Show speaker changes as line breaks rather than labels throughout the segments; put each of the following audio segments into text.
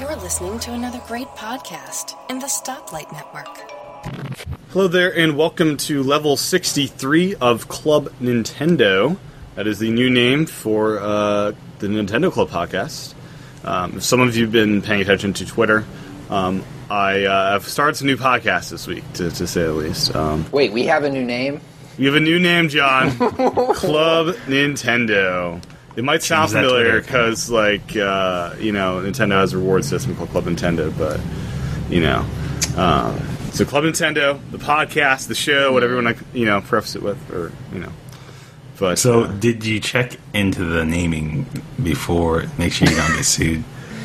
You're listening to another great podcast in the Stoplight Network.
Hello there, and welcome to level 63 of Club Nintendo. That is the new name for uh, the Nintendo Club podcast. Um, if some of you have been paying attention to Twitter, um, I uh, have started some new podcasts this week, to, to say the least. Um,
Wait, we have a new name?
you have a new name, John Club Nintendo. It might sound
Change that
familiar
Twitter
because, like, uh, you know, Nintendo has a reward system called Club Nintendo, but, you know. Um, so, Club Nintendo, the podcast, the show, whatever you want to, you know, preface it with, or, you know. But
So,
uh,
did you check into the naming before? Make sure you don't get sued.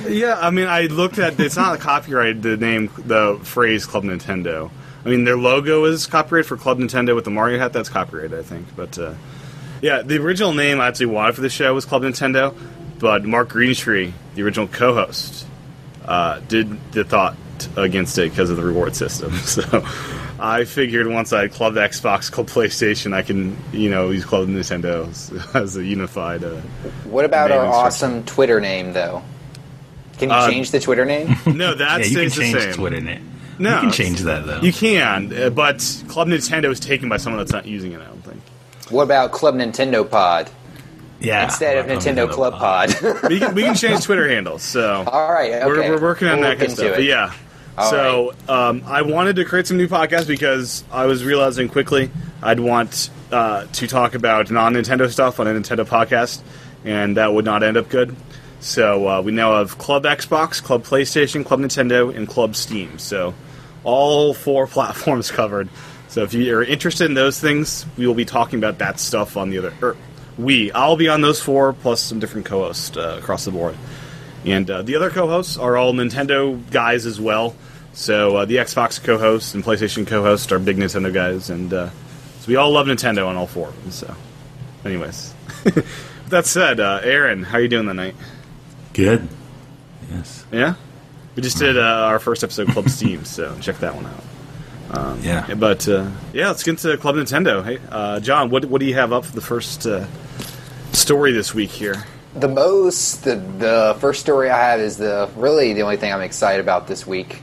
Yeah, I mean, I looked at it's not copyrighted the name, the phrase Club Nintendo. I mean, their logo is copyrighted for Club Nintendo with the Mario hat. That's copyrighted, I think. But uh, yeah, the original name I actually wanted for the show was Club Nintendo, but Mark Greentree, the original co-host, uh, did the thought against it because of the reward system. So I figured once I had Club Xbox, Club PlayStation, I can you know use Club Nintendo as, as a unified. Uh,
What about
Name
our
and structure.
awesome Twitter name, though? Can you
Uh,
change the Twitter name?
no, that
yeah, you can
stays
change
the same.
Twitter name.
No,
you can
it's-
change that though.
You can, uh, but Club Nintendo is taken by someone that's not using it. I don't think.
what about Club Nintendo Pod
yeah,
instead of
Welcome to
Nintendo
the
Club
pod.
Pod?
We can, we can change Twitter handles. So
All right, okay.
we're, we're working on
We'll
that kind of
look
stuff.
into
But
it.
yeah.
All
so um, I wanted to create some new podcasts because I was realizing quickly I'd want uh, to talk about non Nintendo stuff on a Nintendo podcast, and that would not end up good. So uh, we now have Club Xbox, Club PlayStation, Club Nintendo, and Club Steam. So all four platforms covered. So if you are interested in those things, we will be talking about that stuff on the other. Er, we, I'll be on those four plus some different co-hosts uh, across the board. And uh, the other co-hosts are all Nintendo guys as well. So uh, the Xbox co-host and PlayStation co-host are big Nintendo guys, and uh, so we all love Nintendo on all four of them. So, anyways, With that said, uh, Aaron, how are you doing tonight?
Good. Yes.
Yeah, we just did uh, our first episode of Club Steam, so check that one out.
Yeah.
But uh, yeah, let's get to Club Nintendo. Hey, uh, John, what what do you have up for the first uh, story this week here?
The most, the, the first story I have is the really the only thing I'm excited about this week.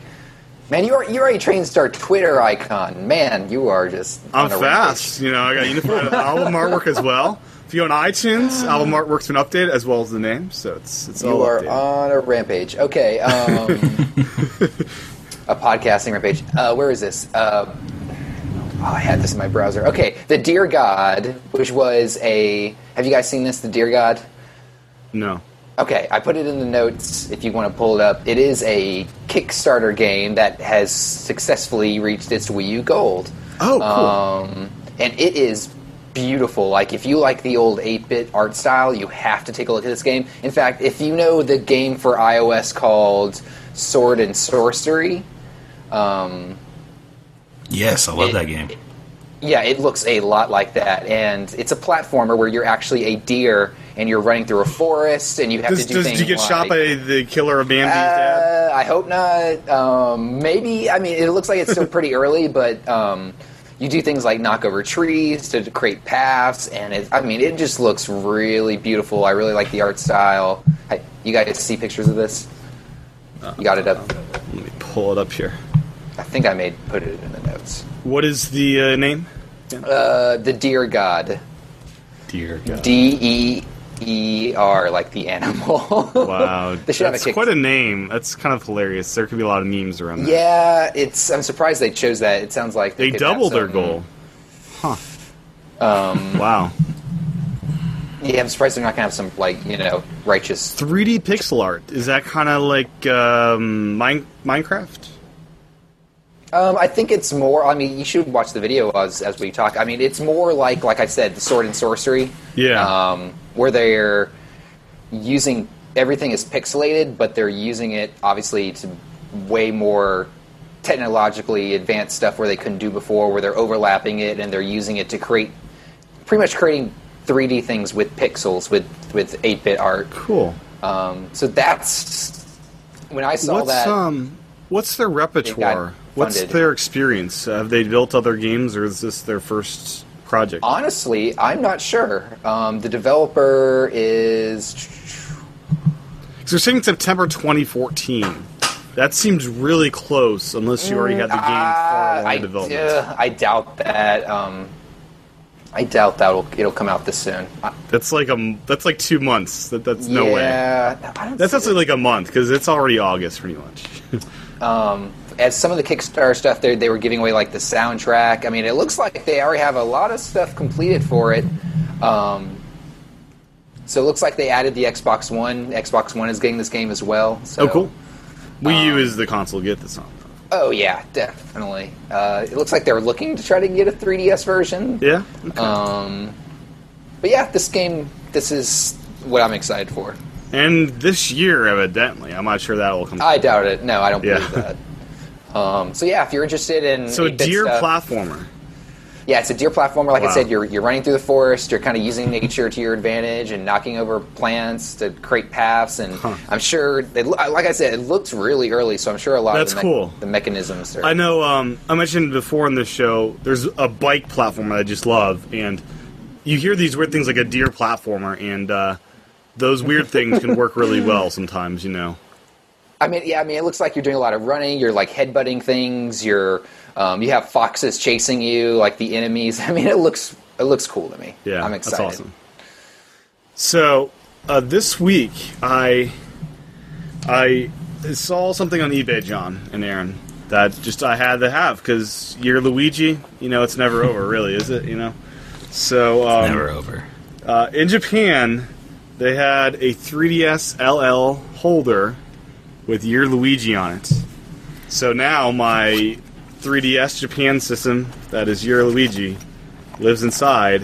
Man, you are you are a train star Twitter icon. Man, you are just
I'm
on a
fast. You know, I got unified album artwork as well. If you go on iTunes, album artwork's been updated as well as the name, so it's it's all
You are
updated.
on a rampage. Okay, um, a podcasting rampage. Uh, where is this? Uh, oh, I had this in my browser. Okay, the Dear God, which was a. Have you guys seen this? The Dear God.
no,
Okay, I put it in the notes if you want to pull it up. It is a Kickstarter game that has successfully reached its Wii U Gold.
Oh, cool.
Um, and it is beautiful. Like, if you like the old 8 bit art style, you have to take a look at this game. In fact, if you know the game for iOS called Sword and Sorcery, um,
Yes, I love
It-
that game.
yeah, it looks a lot like that. And it's a platformer where you're actually a deer and you're running through a forest and you have
does,
to do
does
things
do you get
like,
shot by the killer of Bambi's dad?
Uh, I hope not. Um, maybe. I mean, it looks like it's still pretty early, but um, you do things like knock over trees to create paths, and it, I mean, it just looks really beautiful. I really like the art style. Hey, you guys see pictures of this? You got it up.
Let me pull it up here.
I think I made put it in the notes.
What is the uh, name?
Uh, the Deer God.
Dear God.
D E E R, like the animal.
Wow,
They should have a
that's
kick-
quite a name. That's kind of hilarious. There could be a lot of memes around that.
Yeah, it's. I'm surprised they chose that. It sounds like
they
could have
doubled their
some-
goal. Huh. Um, wow.
Yeah, I'm surprised they're not gonna have some like you know righteous.
3D pixel art is that kind of like um, Mine- Minecraft?
Um, I think it's more. I mean, you should watch the video as as we talk. I mean, it's more like like I said, the sword and sorcery.
Yeah.
Um, where they're using everything is pixelated, but they're using it obviously to way more technologically advanced stuff where they couldn't do before, where they're overlapping it and they're using it to create pretty much creating 3D things with pixels with with 8-bit art.
Cool.
Um, so that's when I saw
what's
that.
um what's their repertoire? What's
funded.
their experience? Have they built other games, or is this their first project?
Uh, Honestly, I'm not sure. Um, the developer is
So you're saying September 2014. That seems really close, unless you already had the game far along
uh, Mm, I,
in development.
uh, I doubt that. Um, I doubt that will it'll come out this soon. Uh, I,
That's like um, that's like two months. That that's no way.
yeah, I don't
That's
see
actually like a month because it's already August, pretty much.
as some of the Kickstarter stuff they they were giving away like the soundtrack. I mean, it looks like they already have a lot of stuff completed for it. Um, so it looks like they added the Xbox One. Xbox One is getting this game as well. So.
oh, cool. Wii
Um,
U is the console to get this on.
Oh yeah, definitely. Uh, it looks like they're looking to try to get a 3DS version.
Yeah. Okay.
Uh, But yeah, this game, this is what I'm excited for.
and this year, evidently, I'm not sure that will come.
I doubt it. No, I don't
Yeah.
believe that. Um, so yeah, if you're interested in
so a
8-bit
deer
stuff-
platformer.
Yeah, it's a deer platformer. Like
Wow.
I said, you're you're running through the forest. You're kind of using nature to your advantage and knocking over plants to create paths. And I'm sure, it, lo- like I said, it looks really early, so I'm sure a lot
That's
of the,
cool.
the mechanisms are.
I know. Um, I mentioned before on this show. There's a bike platformer I just love, and you hear these weird things like a deer platformer, and uh, those weird things can work really well sometimes. You know.
I mean, yeah, I mean, it looks like you're doing a lot of running. You're like headbutting things. You're um, you have foxes chasing you, like the enemies. I mean, it looks it looks cool to me.
Yeah,
I'm excited.
That's awesome. So uh, this week, I I saw something on eBay, John and Aaron, that just I had to have because you're Luigi. You know, it's never over, really, is it? You know. So um,
Never over.
Uh, in Japan, they had a 3DS LL holder with your Luigi on it. So now my 3DS Japan system, that is your Luigi, lives inside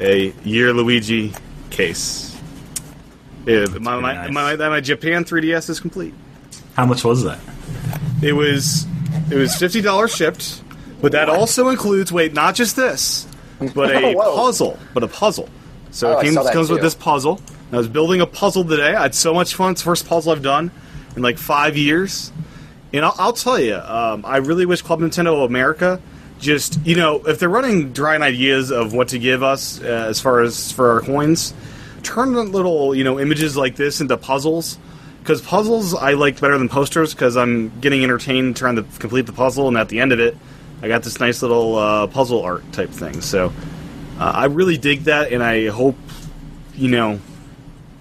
a your Luigi case. Uh, Yeah, my, my,
pretty
my,
nice.
my Japan 3DS is complete.
How much was that?
It was it was fifty dollars shipped, but that also includes wait not just this, but a
Whoa.
puzzle, but a puzzle. So
Oh, I
it came,
saw that
comes with
too.
this puzzle. And I was building a puzzle today. I had so much fun. It's the first puzzle I've done in like five years. And I'll, I'll tell you, um, I really wish Club Nintendo of America just, you know, if they're running dry on ideas of what to give us uh, as far as for our coins, turn the little, you know, images like this into puzzles. Because puzzles I like better than posters because I'm getting entertained trying to complete the puzzle, and at the end of it, I got this nice little uh, puzzle art type thing. So uh, I really dig that, and I hope, you know,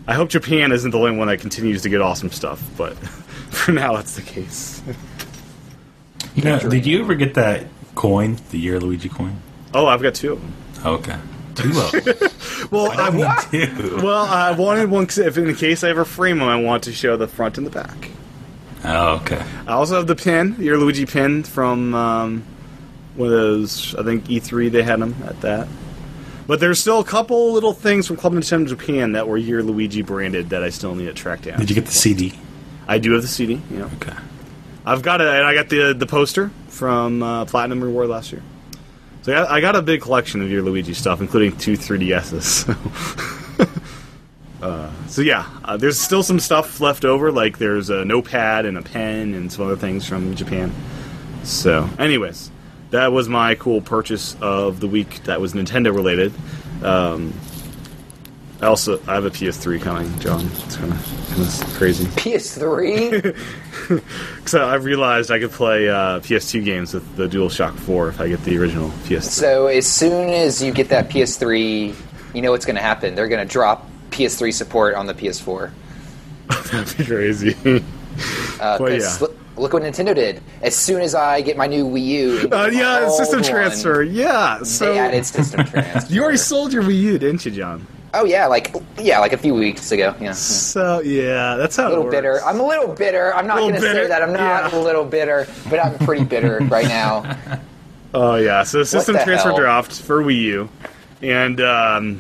I hope Japan isn't the only one that continues to get awesome stuff, but for now that's the case.
You know, did you ever get that coin, the year Luigi coin? Oh,
Oh, I've got two of them.
Okay. Two of them.
Well, I,
Only
wa-
two.
well, I wanted one 'cause if in case I ever frame them, I want to show the front and the back.
Oh, okay.
I also have the pin, your Luigi pin from um, one of those. I think E3 they had them at that. But there's still a couple little things from Club Nintendo Japan that were your Luigi branded that I still need to track down.
Did you get the CD?
I do have the CD. Yeah,
Okay.
I've got it, and I got the the poster from uh, Platinum Reward last year. So I got, I got a big collection of your Luigi stuff, including two 3DSs. So, uh, so yeah, uh, there's still some stuff left over, like there's a notepad and a pen and some other things from Japan. So, anyways, that was my cool purchase of the week. That was Nintendo related. Um, I also I have a PS3 coming, John. It's kind of crazy.
PS3.
So I realized I could play uh, PS2 games with the DualShock 4 if I get the original PS3.
so as soon as you get that PS3, you know what's going to happen. They're going to drop PS3 support on the PS4.
That'd be crazy.
Uh,
Well,
'cause
yeah.
look, look what Nintendo did. As soon as I get my new Wii U, and
Uh,
my
yeah, it's system
old one,
transfer. Yeah.
They
So
added system transfer.
you already sold your Wii U, didn't you, John?
Oh yeah, like yeah, like a few weeks ago. Yeah.
So yeah, that's how
a little
it works.
bitter. I'm a little bitter. I'm not
Little
going to say
bitter?
that. I'm not
Yeah.
a little bitter, but I'm pretty bitter right now.
Oh yeah, so system
the
transfer
hell?
dropped for Wii U, and um,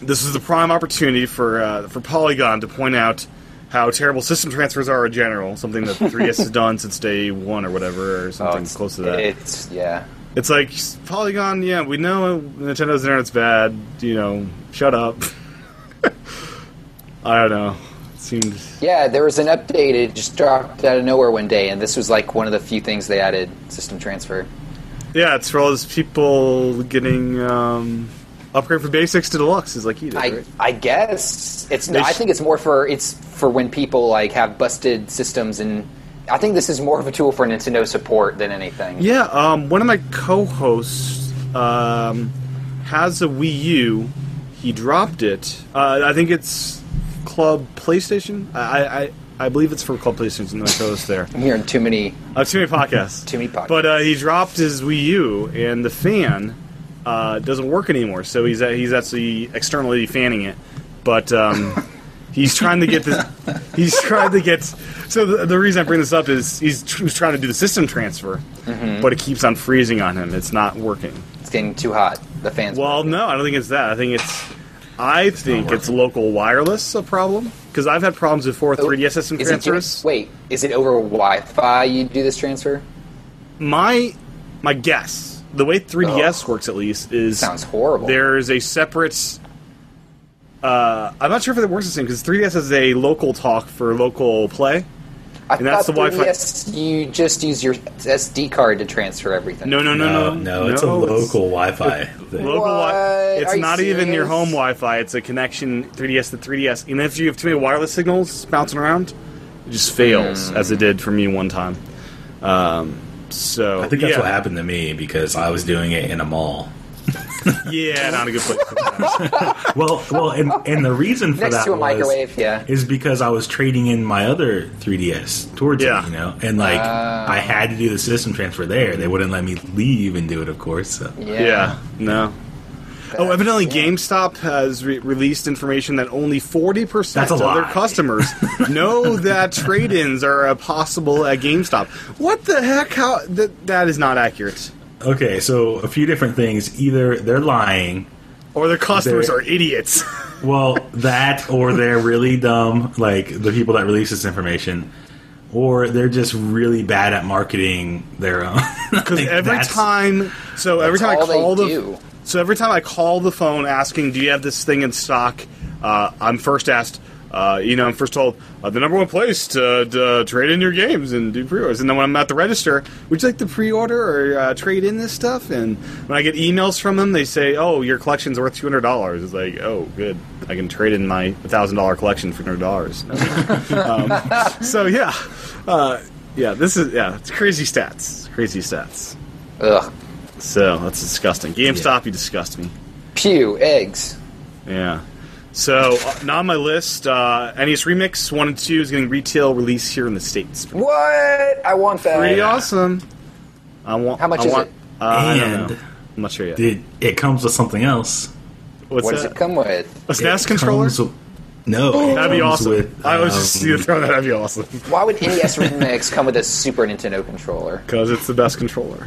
this is the prime opportunity for uh, for Polygon to point out how terrible system transfers are in general, something that 3DS has done since day one or whatever, or something
Oh, it's-
Oh, close to that.
It's yeah.
It's like Polygon. Yeah, we know Nintendo's internet's bad. You know, shut up. I don't know. It seemed
Yeah, there was an update. It just dropped out of nowhere one day, and this was like one of the few things they added: system transfer.
yeah. It's for all those people getting um, upgrade from basics to deluxe is like you did.
I,
right?
I guess it's.
They
I
sh-
think it's more for it's for when people like have busted systems, and I think this is more of a tool for Nintendo support than anything.
Yeah, um, one of my co-hosts um, has a Wii U. He dropped it. Uh, I think it's Club PlayStation. I, I- I I believe it's for Club PlayStation. My co-host there.
I'm hearing too many.
Uh, too many podcasts.
Too many podcasts.
But uh, he dropped his Wii U, and the fan uh, doesn't work anymore. So he's he's actually externally fanning it, but um, he's trying to get this. He's trying to get. So the, the reason I bring this up is he's, tr- he's trying to do the system transfer, but it keeps on freezing on him. It's not working.
It's getting too hot. The fans.
Well, no, I don't think it's that. I think it's. I think it's
working.
local wireless a problem because I've had problems before with 3DS system
Oh, Is it do-
transfers.
wait, is it over Wi-Fi? You do this transfer?
my my guess the way 3ds
Oh.
Ugh.
works at least is
Sounds horrible.
there's a separate uh, i'm not sure if it works the same because 3ds has a local talk for local play
I
And that's
thought
the Wi-Fi.
3DS You just use your SD card to transfer everything.
no no no no
No, Uh, no, it's a local Wi-Fi. thing.
local wi-
What?
it's
Are you
not even your
serious?
home wi-fi it's a connection 3ds to 3ds and if you have too many wireless signals bouncing around it just fails
Hmm.
as it did for me one time um, so
I think that's
yeah,
what happened to me because I was doing it in a mall.
yeah not a good place
Well, well, and, and the reason for
Next
that
to a
was-
microwave, yeah.
is because I was trading in my other 3DS towards
Yeah.
it, you know, and like
Uh.
I had to do the system transfer there. They wouldn't let me leave and do it, of course. So.
Yeah.
Yeah. No. Oh, evidently GameStop has re- released information that only 40%
That's a
of their
lie.
customers know that trade-ins are uh, possible at GameStop. What the heck? How th- that is not accurate.
Okay, so a few different things. Either they're lying,
Or their customers
They're-
are idiots.
well, that or they're really dumb, like the people that release this information, or they're just really bad at marketing their own.
Because every time, so every time I
all they
call the,
do.
so every time I call the phone asking, "Do you have this thing in stock?" Uh, I'm first asked, uh, you know, I'm first told uh, the number one place to, to trade in your games and do pre-orders. And then when I'm at the register, would you like to pre-order or uh, trade in this stuff? And when I get emails from them, they say, "Oh, your collection's worth two hundred dollars." It's like, "Oh, good, I can trade in my thousand dollar collection for two hundred dollars." Um, so yeah, uh, yeah, this is yeah, it's crazy stats, crazy stats.
Ugh.
So that's disgusting. GameStop, you disgust me.
Pew eggs.
Yeah. So uh, now on my list, uh, NES Remix One and Two is getting retail release here in the states.
What? I want that.
Pretty awesome. I want.
How much
I
is
want-
it?
Uh, I don't
And-
know. I'm not sure yet.
it, it comes with something else.
What's
What does
that?
it come with?
A SNES
It
controller?
comes with- no, it
That'd be
comes
awesome.
with,
I was just
um,
see the throwing that. That'd be awesome.
Why would NES Remix come with a Super Nintendo controller?
Because it's the best controller.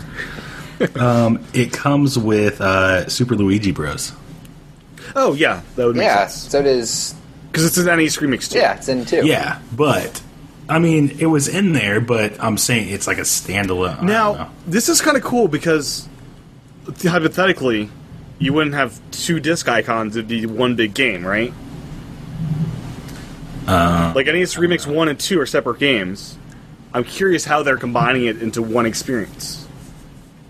it comes with uh, Super Luigi Bros.
Oh yeah, that would make
Yeah,
sense.
so does.
Because it's an NES Remix too.
Yeah, it's in two.
Yeah, but I mean, it was in there, but I'm saying it's like a standalone. I don't know.
Now, this is kind of cool because th- hypothetically, you wouldn't have two disc icons; it'd be one big game, right?
Uh,
like NES Remix One and Two are separate games. I'm curious how they're combining it into one experience.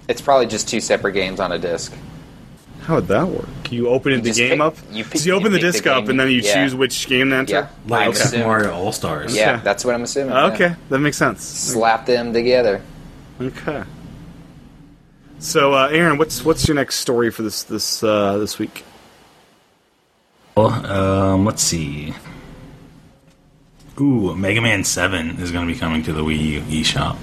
It's probably just two separate games on a disc.
How would that work? You open the
just
game
pick-
up.
you pick-
so you open the
you pick the
disc up,
game
and then
you-
you
yeah.
choose which game to enter.
Yeah.
like
I'm
Super
assuming-
Mario All Stars.
Yeah,
Okay.
that's what I'm assuming. yeah.
Okay, that makes sense.
Slap them together.
Okay. So, uh, Aaron, what's what's your next story for this this uh, this week?
Well, um, let's see. Ooh, Mega Man Seven is going to be coming to the Wii U eShop,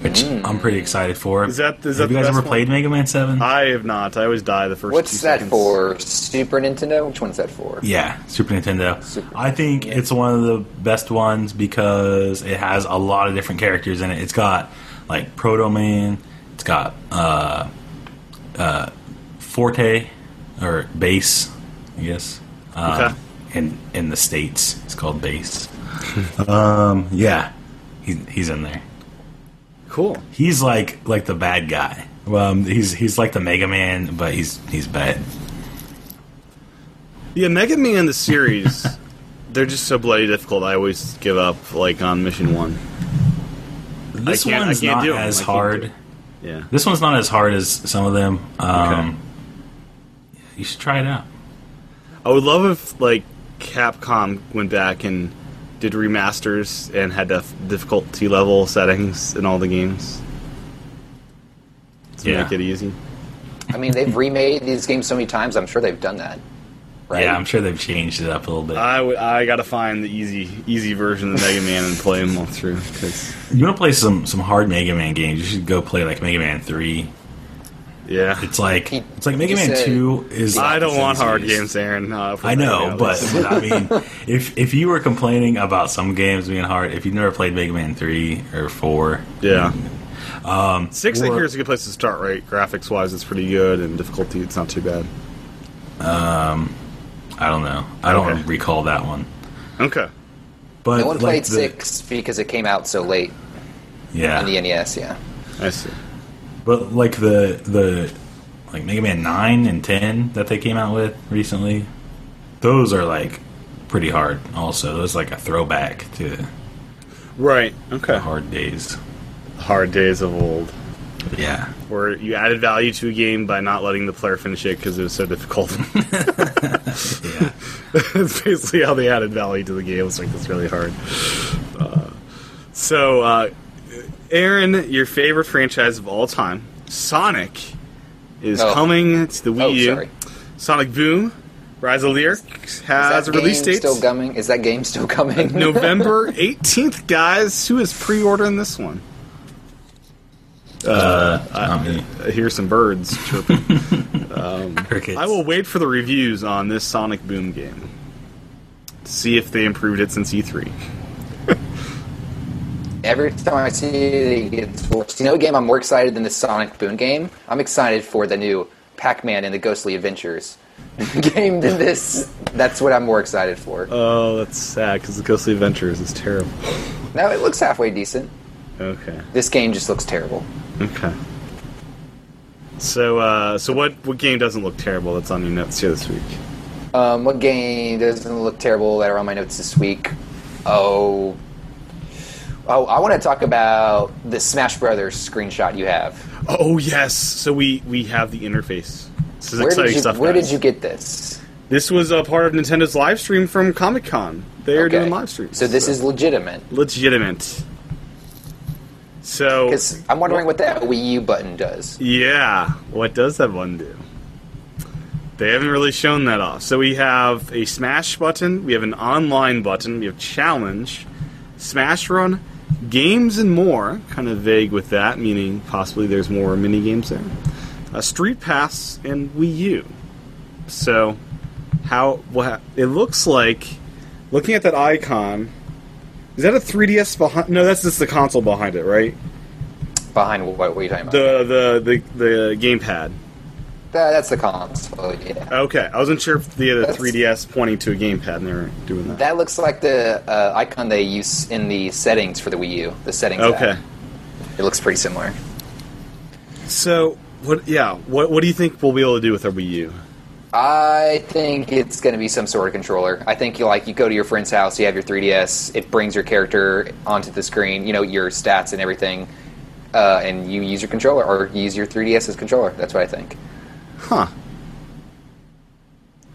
which I'm pretty excited for.
Is that- is that
Have you
the
guys
best
ever
one?
played Mega Man Seven?
I have not. I always die the first. two
What's that
seconds.
for? Super Nintendo? Which one's that for?
Yeah, Super Nintendo.
Super
I think it's one of the best ones because it has a lot of different characters in it. It's got like Proto Man, it's got uh, uh, Forte or Bass, I guess. Uh, In in the states, it's called Bass. um, yeah, he, he's in there.
Cool.
He's like like the bad guy. Um, he's he's like the Mega Man, but he's he's bad.
Yeah, Mega Man the series, they're just so bloody difficult. I always give up like on mission one.
This
can't- I
one's
can't
not
do 'em. I
as
can't do
hard.
it. Yeah.
This one's not as hard as some of them. Um, You should try it out.
I would love if like Capcom went back and did remasters and had def- difficulty level settings in all the games to
Yeah.
make it easy.
I mean, they've remade these games so many times. I'm sure they've done that. Right? Uh,
Yeah, I'm sure they've changed it up a little bit.
I, w- I gotta find the easy easy version of Mega Man and play them all through. 'cause-
you want to play some some hard Mega Man games? You should go play like Mega Man Three.
yeah,
It's like
He-
it's like Mega
he
Man
said-
Two is.
I don't want hard
is-
games, Aaron. Uh, No,
I know, but I mean, if if you were complaining about some games being hard, if you've never played Mega Man Three or Four,
yeah, six I
or-
hear is a good place to start. Right, graphics wise, it's pretty good, and difficulty, it's not too bad.
I don't know. I don't
Okay.
recall that one.
Okay,
But
No one
like
played
the-
six because it came out so late
Yeah,
on the NES. Yeah,
I see.
But like the the like Mega Man nine and ten that they came out with recently, those are like pretty hard. Also, those like a throwback to
Right. Okay.
the hard days.
Hard days of old,
Yeah,
where you added value to a game by not letting the player finish it because it was so difficult.
yeah.
That's basically how they added value to the game. It's like it's really hard. Uh, so, uh, Aaron, your favorite franchise of all time, Sonic, is
Oh.
coming to the Wii
Oh,
U.
sorry.
Sonic Boom, Rise of Lear has
is
a
that
release
game
date
still coming? Is that game still coming?
November 18th. Guys, who is pre-ordering this one?
Not me.
I hear Uh, some birds chirping.
Crickets.
I will wait for the reviews on this Sonic Boom game. See if they improved it since E E3.
Every time I see it, it gets worse. You know, a game I'm more excited than the Sonic Boom game. I'm excited for the new Pac-Man and the Ghostly Adventures game than this. That's what I'm more excited for.
Oh, that's sad because the Ghostly Adventures is terrible.
now it looks halfway decent.
Okay.
This game just looks terrible.
Okay. So, uh, so what what game doesn't look terrible that's on your notes here this week?
Um, what game doesn't look terrible that are on my notes this week? Oh, oh, I want to talk about the Smash Brothers screenshot you have.
Oh yes. So we we have the interface. This is
Where
exciting
did you
stuff.
Where
guys.
did you get this?
This was a part of Nintendo's live stream from Comic Con. They are
Okay.
doing live streams.
So this is legitimate.
legitimate. So,
Because I'm wondering what that Wii U button does.
Yeah, what does that one do? They haven't really shown that off. So we have a smash button, we have an online button, we have challenge, smash run, games and more. Kind of vague with that, meaning possibly there's more mini games there. A street pass and Wii U. So how what it looks like looking at that icon is that a 3DS behind No, that's just the console behind it, right?
Behind what, what are you talking about?
The the the the gamepad.
That- that's the console. Yeah.
Okay, I wasn't sure if they had a
That's-
3DS pointing to a gamepad and they were doing that.
That looks like the uh, icon they use in the settings for the Wii U. The settings. app.
okay,
It looks pretty similar.
so what? Yeah, what what do you think we'll be able to do with our Wii U?
I think it's going to be some sort of controller. I think you like you go to your friend's house, you have your 3DS, it brings your character onto the screen, you know your stats and everything, uh, and you use your controller or you use your 3DS as controller. That's what I think.
Huh?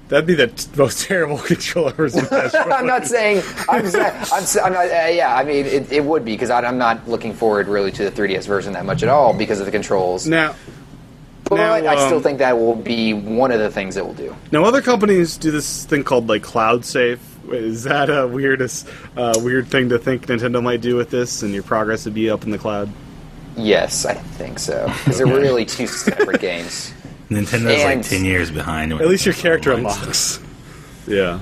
That'd be the t- most terrible controllers. in that
I'm not saying I'm. s- I'm, s- I'm not. Uh, yeah, I mean it, it would be because I'm not looking forward really to the 3DS version that much at all because of the controls.
now,
but
now,
I still
um,
think that will be one of the things it will do.
now other companies do this thing called like cloud safe. Is that a weirdest uh, weird thing to think Nintendo might do with this? And your progress would be up in the cloud.
Yes, I think so because they're really two separate games.
Nintendo's like
And-
ten years behind.
At least your character unlocks. Yeah.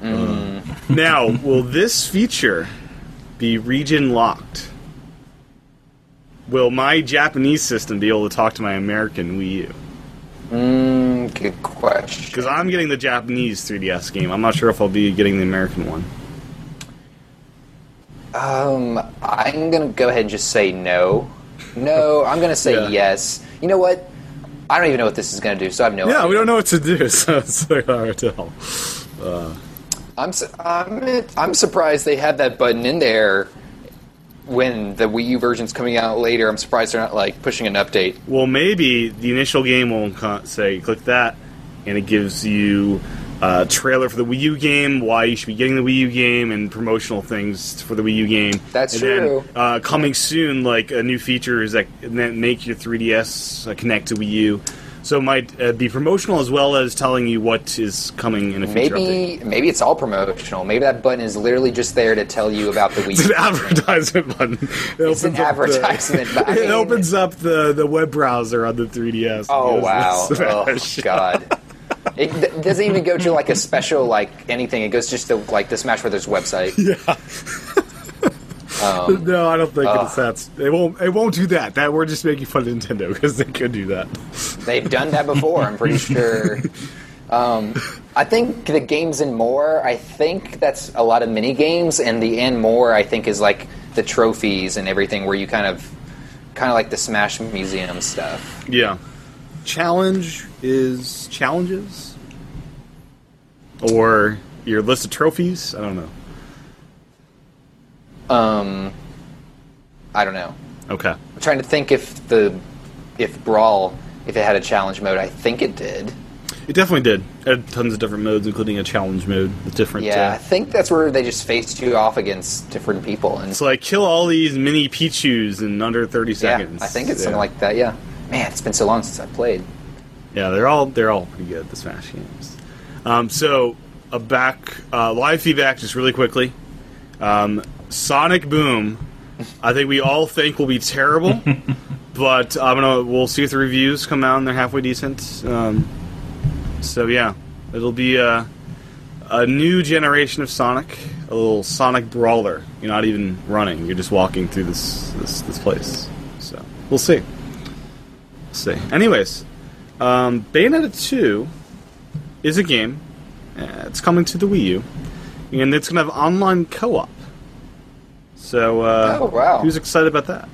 Uh, now, will this feature be region locked? Will my Japanese system be able to talk to my American Wii U?
Mm, good question.
Because I'm getting the Japanese 3DS game. I'm not sure if I'll be getting the American one.
Um, I'm gonna go ahead and just say no. No, I'm gonna say
Yeah.
yes. You know what? I don't even know what this is gonna do, so I have no.
Yeah,
idea.
we don't know what to do, so it's really hard to tell.
I'm su- I'm I'm surprised they had that button in there when the Wii U version's coming out later. I'm surprised they're not like pushing an update.
Well, maybe the initial game will co- say click that, and it gives you a trailer for the Wii U game, why you should be getting the Wii U game, and promotional things for the Wii U game.
That's
and
true.
Then, uh, coming soon, like a new feature is that, that make your 3DS uh, connect to Wii U. So it might uh, be promotional as well as telling you what is coming in a future update.
Maybe maybe it's all promotional. Maybe that button is literally just there to tell you about the
It's
Wii.
an
U.
advertisement button. It
It's an
opens up the-
advertisement, but I
it
mean-
opens up the, the web browser on the 3DS.
Oh wow!
It's
Oh
Smash.
god! It d- doesn't even go to like a special like anything. It goes just to like the Smash Brothers website.
No, I don't think
Ah.
it's that. It won't. It won't do that. That we're just making fun of Nintendo because they could do that.
They've done that before, I'm pretty sure. Um, I think the games and more, I think that's a lot of mini games, and the and more, I think, is like the trophies and everything where you kind of, kind of like the Smash Museum stuff.
Yeah. Challenge is challenges, or your list of trophies. I don't know.
I don't know.
Okay.
I'm trying to think if the, if Brawl, if it had a challenge mode, I think it did.
It definitely did. It had tons of different modes, including a challenge mode with different.
Yeah, I
Uh,
think that's where they just faced you off against different people, and
it's like kill all these mini Pichus in under thirty
yeah,
seconds.
I think it's
yeah.
something like that. Yeah, man, it's been so long since I played.
Yeah, they're all they're all pretty good. The Smash games. Um, so a back uh, live feedback just really quickly. Um, Sonic Boom, I think we all think will be terrible, but I'm gonna we'll see if the reviews come out and they're halfway decent. Um, so yeah, it'll be a, a new generation of Sonic, a little Sonic brawler. You're not even running; you're just walking through this this, this place. So we'll see. see. Anyways, um, Bayonetta 2 is a game. Uh, it's coming to the Wii U, and it's going to have online co-op. So, uh,
Oh, wow.
who's excited about that?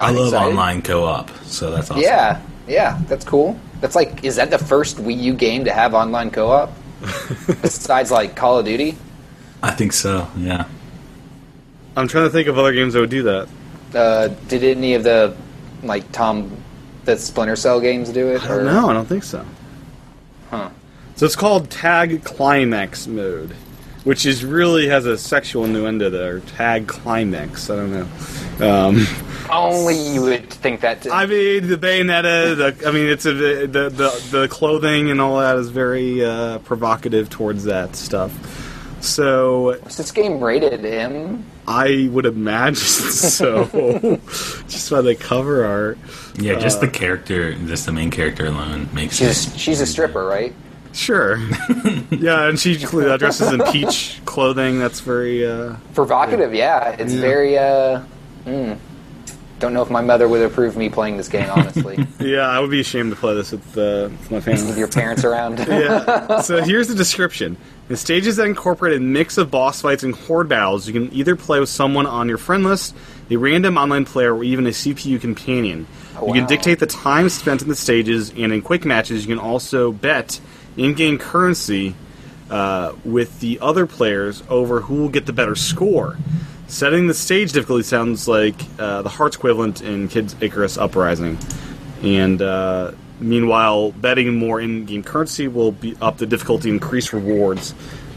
I
I'm
love
excited.
online co-op, so that's awesome.
Yeah, yeah, that's cool. That's like, is that the first Wii U game to have online co op? Besides, like, Call of Duty?
I think so. Yeah,
I'm trying to think of other games that would do that.
Uh, did any of the, like, Tom, the Splinter Cell games do it?
I don't know. I don't think so.
Huh.
So it's called Tag Climax Mode, which is really has a sexual innuendo there. Tag Climax. I don't know. Um,
Only you would think that. To,
I mean, the bayonetta. The, I mean, it's a, the, the the clothing and all that is very uh, provocative towards that stuff. So
Is this game rated M?
I would imagine so. just by the cover art,
yeah. Just
Uh,
the character, just the main character alone makes
She's,
it.
she's a stripper, right?
sure. yeah, and she cl- dresses in peach clothing. That's very. Uh,
Provocative, yeah. It's very, uh. Mm, don't know if my mother would approve me playing this game, honestly.
yeah, I would be ashamed to play this with, uh, with my
With
family.
your parents around.
yeah. So here's the description. In stages that incorporate a mix of boss fights and horde battles, you can either play with someone on your friend list, a random online player, or even a CPU companion. You can
wow.
dictate the time spent in the stages, and in quick matches, you can also bet in-game currency uh, with the other players over who will get the better score. Setting the stage difficulty sounds like uh, the Hearts equivalent in Kids Icarus Uprising. And uh, meanwhile, betting more in game currency will be up the difficulty, increase rewards.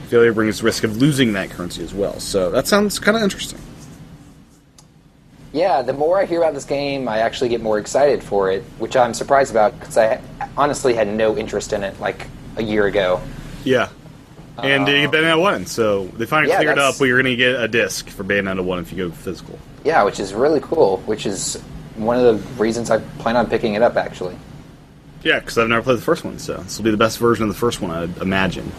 Failure brings risk of losing that currency as well. So that sounds kind of interesting.
Yeah, the more I hear about this game, I actually get more excited for it, which I'm surprised about because I honestly had no interest in it like a year ago.
Yeah. And you get Bayonetta 1, so they finally
Yeah,
cleared
that's-
up. Well, you're going to get a disc for Bayonetta 1 if you go physical.
Yeah, which is really cool, which is one of the reasons I plan on picking it up actually.
Yeah, because I've never played the first one, so this will be the best version of the first one, I'd imagine.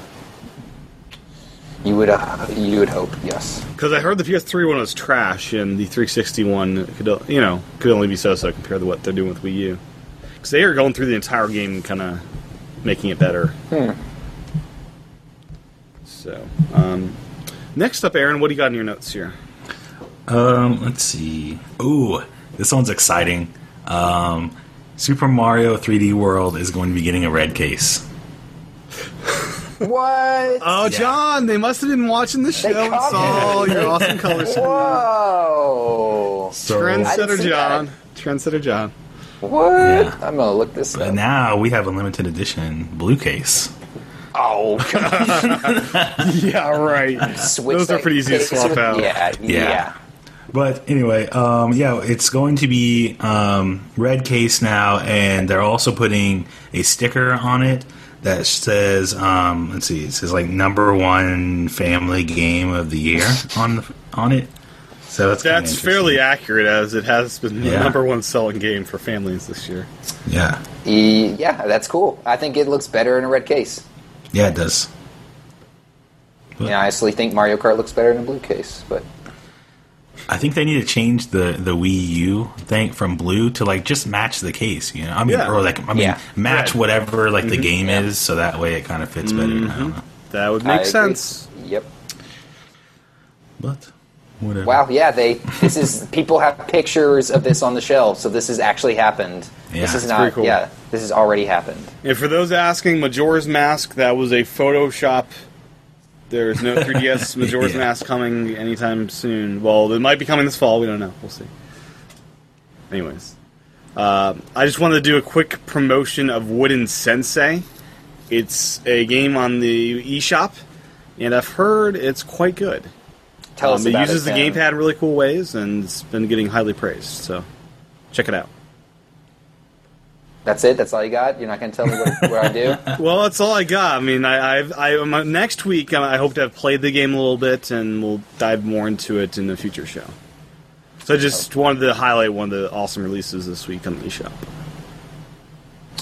You would uh, you would hope, yes.
Because I heard the PS3 one was trash, and the 360 one could, o- you know, could only be so-so compared to what they're doing with Wii U. Because they are going through the entire game, kind of making it better. So, um, next up, Aaron, what do you got in your notes here?
Um, let's see. Ooh, this one's exciting. Um, Super Mario 3D World is going to be getting a red case.
What?
Oh,
Yeah.
John, they must have been watching the show and
copied
saw your awesome colors.
Whoa!
So
Trendsetter
see that.
John. Trendsetter John.
What?
Yeah.
I'm gonna look this
But
up.
uh, now we have a limited edition blue case.
oh,
Yeah, right.
switch
Those are
that
pretty easy to
case.
swap out.
Yeah, yeah.
But anyway, um, yeah, it's going to be um, red case now, and they're also putting a sticker on it that says, um, let's see, it says like number one family game of the year on the, on it. So that's kinda
That's fairly
interesting.
accurate, as it has been the
Yeah.
number one selling game for families this year.
yeah,
E- yeah, that's cool. I think it looks better in a red case.
yeah, it does.
And I honestly think Mario Kart looks better in a blue case, but
I think they need to change the the Wii U thing from blue to like just match the case, you know. I mean,
Yeah.
or like I mean,
Yeah.
match
Red.
whatever like the game is, so that way it kind of fits better. I don't know.
That would
I
make
agree.
sense.
Yep.
But whatever.
Wow. Yeah. They. This is. people have pictures of this on the shelf, so this has actually happened.
Yeah,
this is
it's
not.
pretty cool.
Yeah. This has already happened.
And for those asking, Majora's Mask, that was a Photoshop. There is no 3DS Majora's
Yeah.
Mask coming anytime soon. Well, it might be coming this fall. We don't know. We'll see. Anyways, uh, I just wanted to do a quick promotion of Wooden Sensei. It's a game on the eShop, and I've heard it's quite good.
Tell
Um,
us
it
about
uses
it,
the
Sam.
gamepad in really cool ways, and it's been getting highly praised. So, check it out.
That's it. That's all you got. You're not going to tell me what, what I do.
Well, that's all I got. I mean, I, I've, I my- next week uh, I I hope to have played the game a little bit, and we'll dive more into it in the future show. So I just wanted to highlight one of the awesome releases this week on the eShop.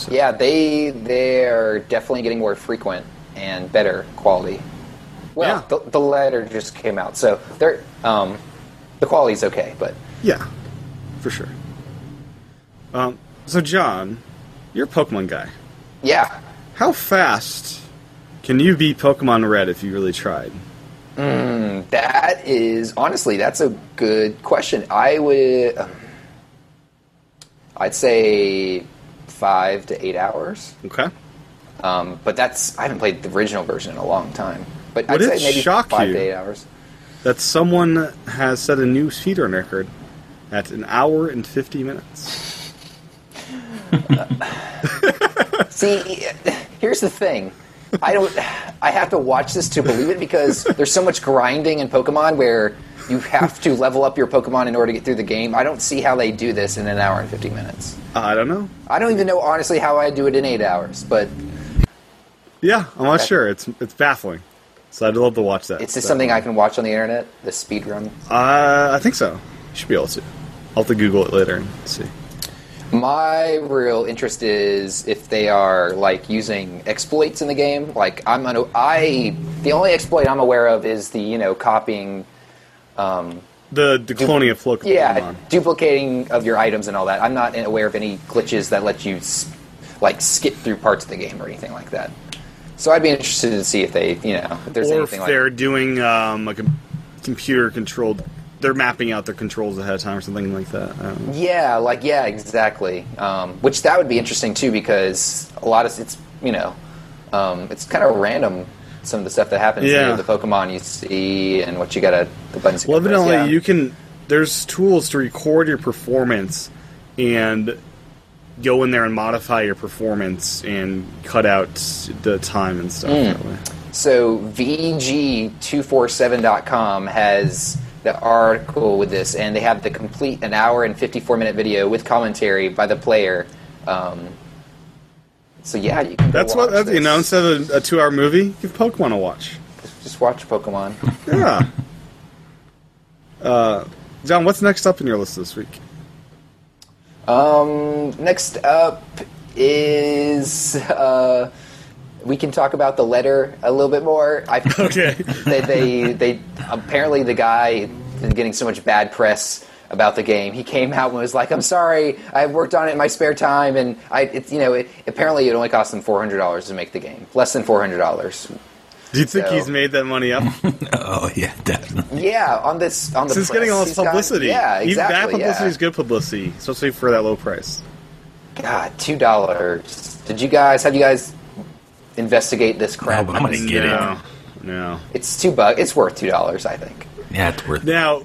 Yeah, they they are definitely getting more frequent and better quality. Well,
Yeah.
the, the letter just came out, so they're um, the quality's okay, but
Yeah, for sure. Um, so John, you're a Pokemon guy.
yeah,
How fast can you beat Pokemon Red if you really tried?
that is honestly that's a good question. I would um, I'd say five to eight hours,
Okay.
um, but that's I haven't played the original version in a long time. But
Would
I'd
it
say maybe
shock
five
you?
to eight hours.
That someone has set a new speedrun record at an hour and fifty minutes.
See, here's the thing. I don't. I have to watch this to believe it because there's so much grinding in Pokemon where you have to level up your Pokemon in order to get through the game. I don't see how they do this in an hour and 50 minutes.
I don't know.
I don't even know honestly how I do it in eight hours, but
Yeah, I'm not sure. It's it's baffling. So I'd love to watch that.
it's just something I can watch on the internet. The speed run.
Uh, I think so. You should be able to. I'll have to Google it later and see.
My real interest is if they are like using exploits in the game. Like I'm, un- I the only exploit I'm aware of is the you know copying
The the cloning of Floka
Yeah,
Pokemon.
duplicating of your items and all that. I'm not aware of any glitches that let you s- like skip through parts of the game or anything like that. So I'd be interested to see if they, you know, if there's
Or if
anything like
they're doing um, a com- computer controlled. They're mapping out their controls ahead of time or something like that. Um, I don't know.
yeah, like yeah, exactly. Um, which that would be interesting too because a lot of it's you know, um, it's kind of random some of the stuff that happens
Yeah.
you know, the Pokemon you see and what you gotta the buttons. you
Well,
gotta press,
evidently
yeah.
you can. There's tools to record your performance and go in there and modify your performance and cut out the time and stuff.
Hmm.
That way.
So VG247.com has the article with this, and they have the complete an hour and 54 minute video with commentary by the player. Um, so yeah, you can. go
That's what
watch
that's, you
this.
know. Instead of a, a two hour movie, give Pokemon a watch.
Just watch Pokemon.
Yeah. Uh, John, what's next up in your list this week?
um, next up is uh, we can talk about the letter a little bit more. I they, they, they apparently the guy been getting so much bad press about the game. He came out and was like, "I'm sorry, I worked on it in my spare time, and I, it's you know, it, apparently it only cost them four hundred dollars to make the game, less than four hundred dollars.
Do you think
So-
he's made that money up
Oh yeah, definitely.
Yeah, on this, on the
since
press,
getting all this
he's gotten-
publicity?
yeah,
Even
exactly.
That publicity
yeah.
is good publicity, especially for that low price.
God, two dollars. Did you guys have you guys investigate this crap?
No, but I'm gonna get
no, no.
It's two bucks. It's worth two dollars, I think.
it. Yeah, it's worth. it.
Now,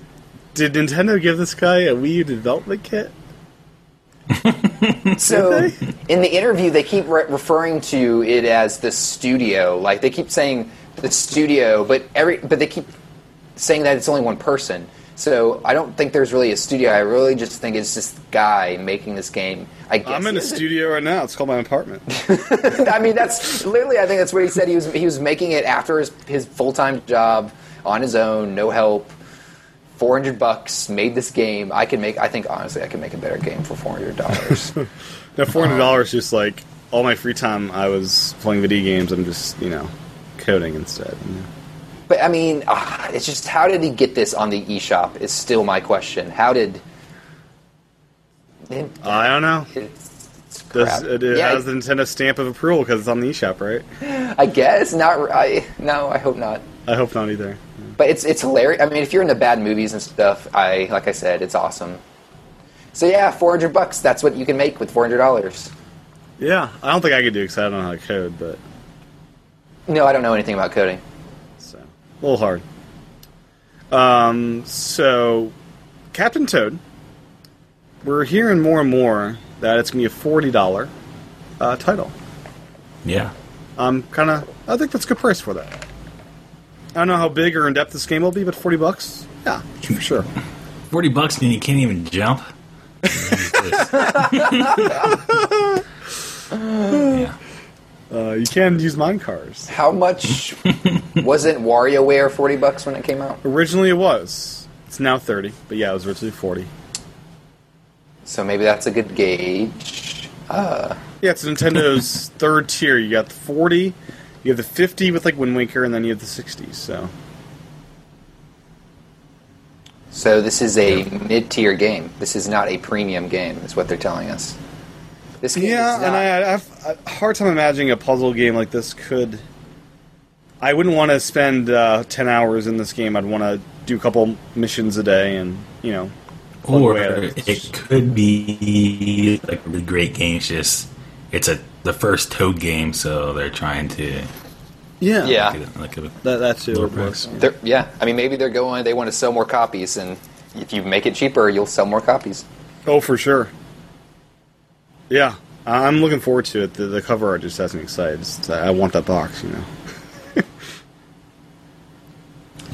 did Nintendo give this guy a Wii U development kit?
so in the interview, they keep re- referring to it as the studio. Like they keep saying the studio, but every but they keep saying that it's only one person. So I don't think there's really a studio. I really just think it's this guy making this game. I guess
I'm in
he
a
is.
studio right now. It's called my apartment.
I mean, that's literally. I think that's what he said. He was he was making it after his his full time job on his own, no help. Four hundred bucks made this game. I can make. I think honestly, I can make a better game for four hundred dollars.
Now four
Uh-huh.
hundred dollars, just like all my free time, I was playing video games. I'm just you know coding instead. you know.
but I mean, ah, it's just how did he get this on the eShop? Is still my question. How did? It,
I don't know.
it's, it's
Does,
crap.
it, it
yeah,
has the Nintendo stamp of approval because it's on the eShop, right?
I guess not. I, no, I hope not.
I hope not either.
But it's it's hilarious. I mean, if you're into bad movies and stuff, I like I said, it's awesome. So yeah, four hundred bucks. That's what you can make with four hundred dollars.
Yeah, I don't think I could do because I don't know how to code, but
No, I don't know anything about coding.
so a little hard. Um, so Captain Toad, we're hearing more and more that it's gonna be a forty dollar uh, title.
Yeah.
I'm kind of. I think that's a good price for that. I don't know how big or in depth this game will be, but forty bucks. Yeah, for sure.
40 bucks and you can't even jump. yeah.
Uh, you can use mine cars.
How much wasn't WarioWare forty bucks when it came out?
Originally, it was. It's now thirty, but yeah, it was originally forty.
So maybe that's a good gauge. Uh,
Yeah, it's Nintendo's third tier. You got the forty, you have the fifty with like Wind Waker, and then you have the sixty. So
so this is a mid-tier game. This is not a premium game. Is what they're telling us. This game
yeah,
is
and
not-
I, uh, I have a hard time imagining a puzzle game like this could. I wouldn't want to spend uh, ten hours in this game. I'd want to do a couple missions a day, and you know,
Or
Well,
it could be like a really great game. It's just it's a the first Toad game, so they're trying to
yeah,
Yeah.
make it like a
That, that's too.
Lower
it works.
price.
They're, yeah, I mean, maybe they're going. They want to sell more copies, and if you make it cheaper, you'll sell more copies.
Oh, for sure. Yeah, I- I'm looking forward to it. The, the cover art just has me excited. It's- I want that box, you know.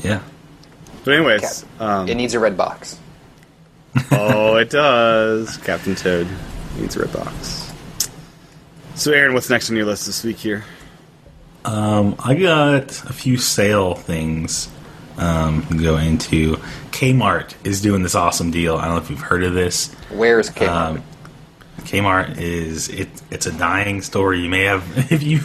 yeah.
But anyways,
Cap-
um,
it needs a red box.
oh, it does. Captain Toad needs a red box. So, Aaron, what's next on your list this week here?
Um, I got a few sale things um, to go into. Kmart is doing this awesome deal. I don't know if you've heard of this.
Where is Kmart?
Um, Kmart is it? It's a dying story. You may have if you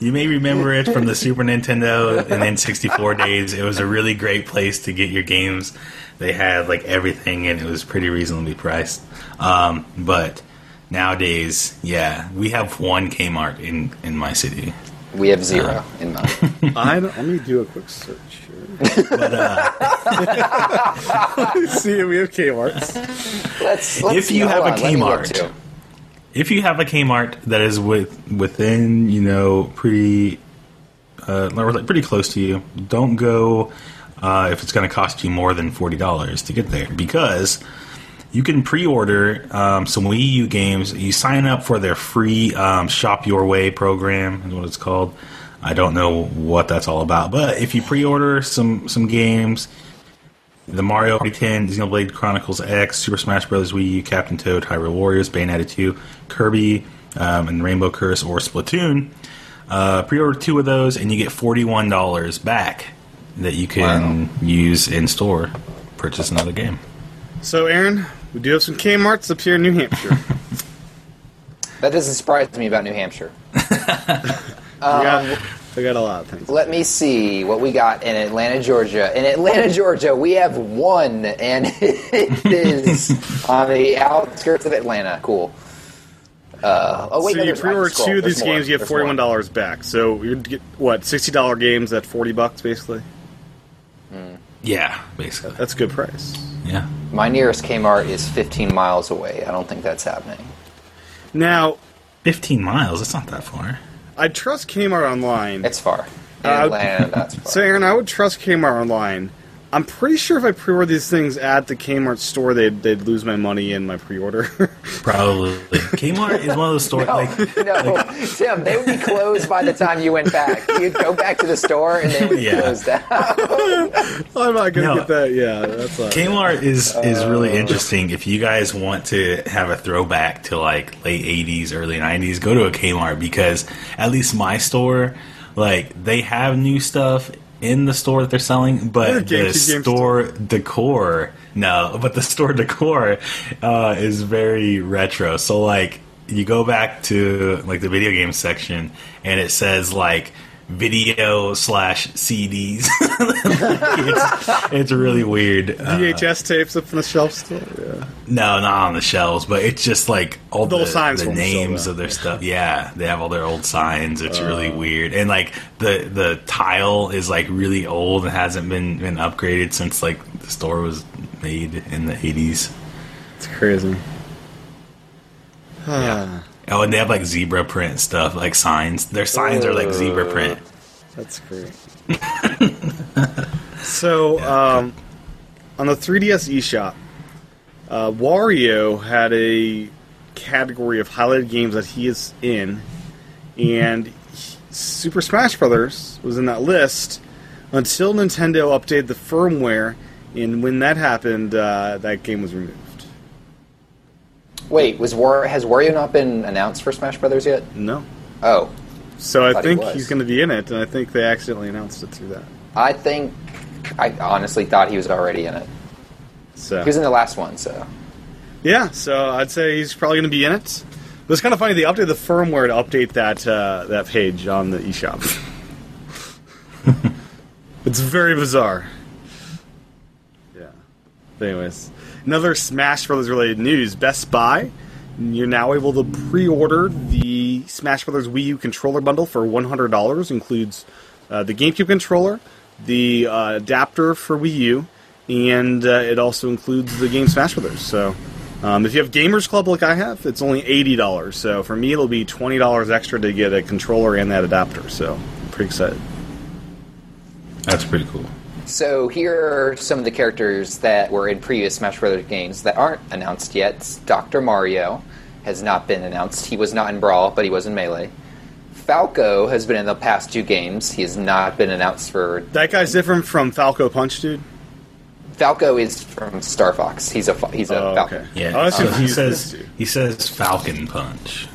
you may remember it from the Super Nintendo and then 64 days. It was a really great place to get your games. They had like everything, and it was pretty reasonably priced. Um, but nowadays, yeah, we have one Kmart in in my city.
we have zero
uh,
in mind.
I don't, let me do a quick search here. uh, See, we have Kmart's.
Let's, let's
If
see.
you
Hold
have a
on, let me look,
Kmart.
too.
if you have a Kmart that is with within you know pretty uh, or, like, pretty close to you, don't go uh, if it's going to cost you more than forty dollars to get there because you can pre-order um, some Wii U games. You sign up for their free um, Shop Your Way program is what it's called. I don't know what that's all about, but if you pre-order some some games, the Mario Party 10, Xenoblade Chronicles X, Super Smash Bros. Wii U, Captain Toad, Hyrule Warriors, Bayonetta 2, Kirby, um, and Rainbow Curse or Splatoon. Uh, pre-order two of those, and you get forty-one dollars back that you can use in store. Purchase another game.
So, Aaron, we do have some Kmart's up here in New Hampshire.
That doesn't surprise me about New Hampshire. Uh,
we, got, we got a lot of things.
Let me see what we got in Atlanta, Georgia. In Atlanta, Georgia, we have one, and it is on the outskirts of Atlanta. Cool. Uh, oh wait,
so
no,
you
there's- I can
pre-order
scroll.
two of
There's
these
more.
games, you get
There's
forty-one
more.
dollars back. So you get what sixty-dollar games at forty bucks, basically.
Yeah, basically.
That's a good price.
Yeah,
My nearest Kmart is 15 miles away. I don't think that's happening.
Now,
fifteen miles. That's not that far.
I trust Kmart online.
It's far. In
Uh,
Atlanta, that's far.
So, Aaron, I would trust Kmart online, I'm pretty sure if I pre-order these things at the Kmart store, they'd they'd lose my money in my pre-order.
Probably Kmart is one of those stores.
No,
like,
Oh, no, Tim, they would be closed by the time you went back. You'd go back to the store and they would
Yeah.
close down.
I'm not gonna
No.
get that. Yeah, that's not,
Kmart is is really
Uh.
interesting. If you guys want to have a throwback to like late '80s, early '90s, go to a Kmart because at least my store, like they have new stuff in the store that they're selling,
They're a
but the
GameCube game
store decor, no, but the store decor uh, is very retro. So like you go back to like the video game section and it says like video slash CDs. it's, it's really weird. Uh,
VHS tapes up on the shelf still. Yeah.
no, not on the shelves, but it's just like all the,
Those signs
the
won't show
names
that.
of their stuff. Yeah, they have all their old signs. It's
Uh.
really weird, and like the the tile is like really old and hasn't been been upgraded since like the store was made in the eighties.
It's crazy. Ah,
Oh, and they have like zebra print stuff, like signs. Their signs are like
Uh.
zebra print.
that's great. so, um, on the 3DS eShop, uh, Wario had a category of highlighted games that he is in, and he- Super Smash Brothers was in that list until Nintendo updated the firmware, and when that happened, uh, that game was removed.
Wait, was War has Wario not been announced for Smash Brothers yet?
No.
Oh,
So I
Thought he
think
was.
he's going to be in it, and I think they accidentally announced it through that.
I think I honestly thought he was already in it.
So
He was in the last one, so
yeah, so I'd say he's probably going to be in it. But it's kind of funny they updated the firmware to update that uh, that page on the eShop. it's very bizarre. Yeah. Anyways, another Smash Brothers related news: Best Buy. You're now able to pre-order the Smash Brothers Wii U controller bundle for $100. Includes uh, the GameCube controller, the uh, adapter for Wii U, and uh, it also includes the game Smash Brothers. So, um, if you have Gamers Club like I have, it's only $80. So for me, it'll be $20 extra to get a controller and that adapter. So, pretty excited.
That's pretty cool.
So here are some of the characters that were in previous Smash Brothers games that aren't announced yet. Dr. Mario has not been announced. He was not in Brawl, but he was in Melee. Falco has been in the past two games. He has not been announced for.
That guy's different from Falco Punch, dude.
Falco is from Star Fox. He's a fa- he's a
Oh,
Falcon.
okay.
Yeah,
I was
so he
confused.
says he says Falcon Punch.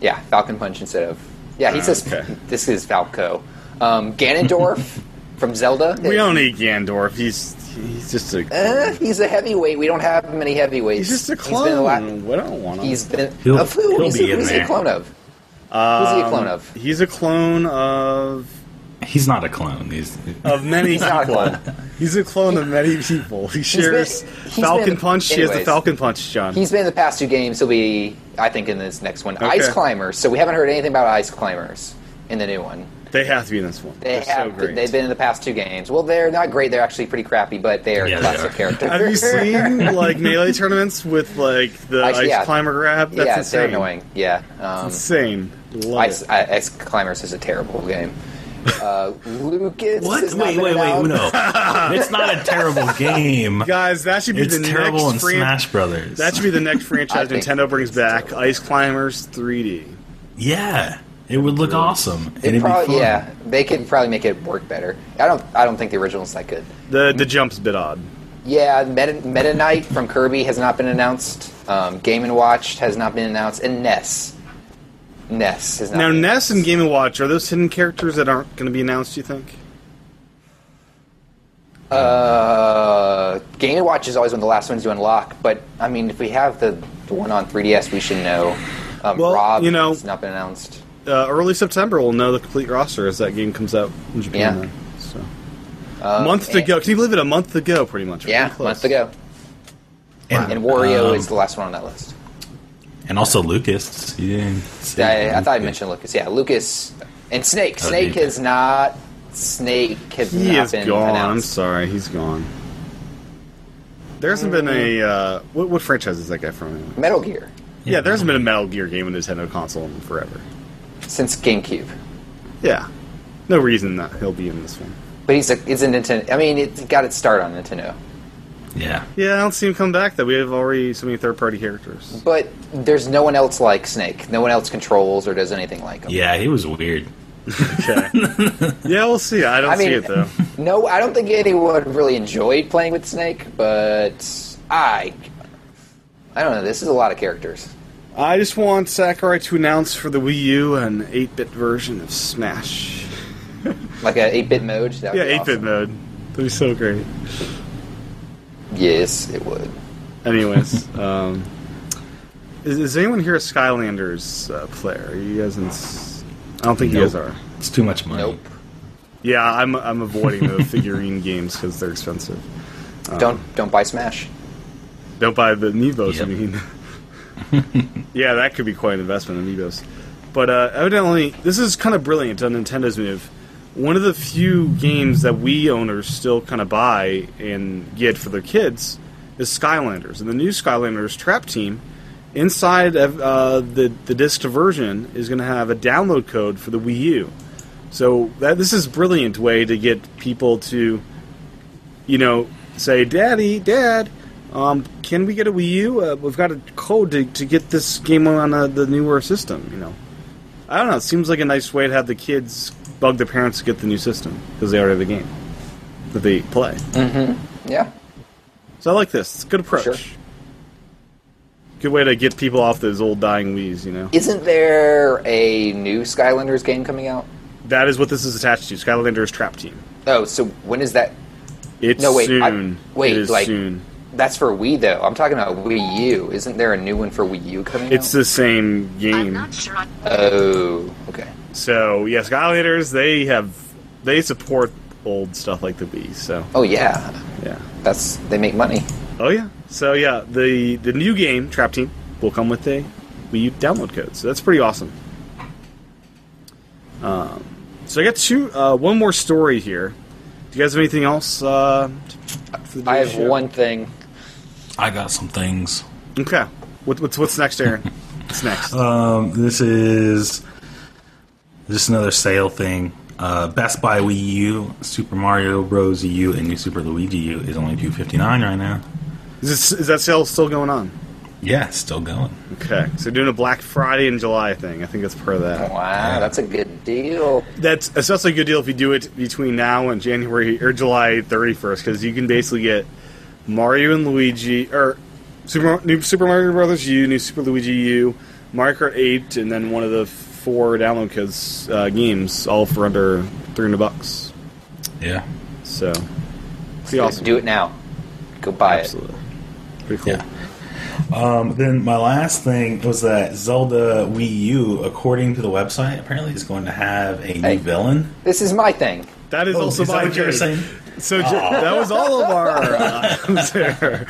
Yeah, Falcon Punch instead of yeah. He
Ah,
says
okay.
this is Falco. Um, Ganondorf from Zelda.
We don't need Gandorf. He's he's just a
Eh, he's a heavyweight. We don't have many heavyweights.
he's just a
He's been, a lot-
clone. We don't want him.
he's been
He'll-
of who?
he'll
Who's
be
he,
in
who's he a
there. Um,
clone of? who's he a clone of?
He's a clone of
He's not a clone. He's
of many
He's not a
people.
clone.
He's a clone of many people. He shares
been- he's
Falcon
been-
Punch. She has the
anyways.
Falcon Punch, John.
He's been in the past two games. He'll be, I think, in this next one. Ice
Okay.
climbers. So we haven't heard anything about ice climbers in the new one.
they have to be in this one.
They
are
have.
so great.
They've been in the past two games. Well, they're not great. They're actually pretty crappy, but they are
Yeah, they
classic
are.
characters.
have you seen like melee tournaments with like the
Actually,
ice
yeah.
climber grab? That's
yeah,
insane.
they're annoying. Yeah. Um,
Insane. Love
ice,
it.
I, ice climbers is a terrible game. Uh, Lucas.
what?
has not
Wait,
been
wait, wait!
announced.
No, it's not a terrible game.
Guys, that should be
It's
the
terrible in
next fran-
Smash Brothers.
That should be the next franchise
I think
Nintendo brings
it's
back.
terrible.
Ice Climbers 3D.
yeah, it would look awesome. and
It
it'd be
probably,
fun.
yeah, they could probably make it work better. I don't. I don't think the original's that good.
The the jump's a bit odd.
Yeah, Meta, Meta Knight from Kirby has not been announced. Um, Game and Watch has not been announced, and Ness. Ness has not.
Now,
been
Ness and Game and Watch are those hidden characters that aren't going to be announced? You think?
Uh, Game and Watch is always one of the last ones to unlock. But I mean, if we have the, the one on 3DS, we should know. Um,
Well,
Rob
you know-
has not been announced.
Uh, early September, we'll know the complete roster as that game comes out in Japan.
Yeah. Uh,
then, So, month to
and-
go. Can you believe it? A month to go, pretty much. We're
Yeah,
pretty
month
close.
to go. And um, Wario is the last one on that list.
um, and also Lucas. You didn't say
I, I thought I
Lucas.
mentioned Lucas. Yeah, Lucas and Snake.
Oh,
Snake
dude.
is not. Snake has
He
not
is
been
gone. I'm
announced.
sorry, he's gone. There hasn't been a
Mm.
uh, what, what franchise is that guy from? anyway?
Metal Gear
Yeah, there hasn't been a Metal Gear game on Nintendo console in forever.
since GameCube.
Yeah, no reason that he'll be in this one.
But he's a he's a Nintendo. I mean, it got its start on Nintendo.
Yeah.
Yeah, I don't see him come back. Though we have already so many third-party characters.
But there's no one else like Snake. No one else controls or does anything like him.
Yeah, he was weird.
Okay. yeah, we'll see. I don't
I mean-
see it though.
No, I don't think anyone really enjoyed playing with Snake, but I, I don't know. This is a lot of characters.
I just want Sakurai to announce for the Wii U an 8-bit version of Smash.
Like a eight bit mode. That would
Yeah,
be
8-bit
awesome.
mode. That'd be so great.
Yes, it would.
Anyways, um, is, is anyone here a Skylanders uh, player? Are you guys in? S- I don't think you guys
Nope.
are.
It's too much money.
Nope.
Yeah, I'm I'm avoiding the figurine games because they're expensive. Um,
don't don't buy Smash.
Don't buy the Amiibos. I
Yep.
mean, yeah, that could be quite an investment, Amiibos. But uh, evidently, this is kind of brilliant on Nintendo's move. One of the few games that we owners still kind of buy and get for their kids is Skylanders, and the new Skylanders Trap Team. Inside of uh, the the disc version is going to have a download code for the Wii U. So that this is a brilliant way to get people to you know, say, Daddy, Dad, um, can we get a Wii U? Uh, we've got a code to, to get this game on uh, the newer system, you know. I don't know. It seems like a nice way to have the kids bug their parents to get the new system because they already have the game that they play.
Yeah.
So I like this. It's a good approach.
Sure.
Good way to get people off those old dying Wii's, you know.
Isn't there a new Skylanders game coming out?
That is what this is attached to Skylanders Trap Team.
Oh, so when is that?
It's
No, wait, I-
soon.
wait,
it is
like-
soon.
That's for Wii though. I'm talking about Wii U. Isn't there a new one for Wii U coming
It's
out?
the same game.
I'm not sure. I-
oh, okay.
So yeah, Skylanders they have they support old stuff like the Wii. So
Oh yeah,
yeah,
that's they make money.
oh yeah. So yeah, the the new game Trap Team will come with a Wii U download code. So that's pretty awesome. Um, so I got two uh, one more story here. Do you guys have anything else? Uh, for the
I have
show?
one thing.
I got some things.
Okay. What, what's what's next, Aaron? what's next?
Um, this is just another sale thing. Uh, Best Buy Wii U, Super Mario Bros. U, and New Super Luigi U is only two fifty nine right now.
is, this, is that sale still going on?
Yeah, it's still going.
Okay, so doing a Black Friday in July thing. I think that's part of that.
Wow, that's a good deal.
That's especially a good deal if you do it between now and January or July 31st because you can basically get Mario and Luigi or Super, new Super Mario Brothers U, new Super Luigi U, Mario Kart 8, and then one of the four download codes uh, games all for under 300 bucks.
Yeah,
So pretty
Do-
awesome.
Do it now. Go buy
Absolutely, pretty cool.
yeah. Um, then my last thing was that Zelda Wii U, according to the website, apparently is going to have a
Hey.
new villain.
it. This is my thing.
That is
Oh,
also
is that
by
what you were
Jade.
saying?
So J- that was all of our uh, items there.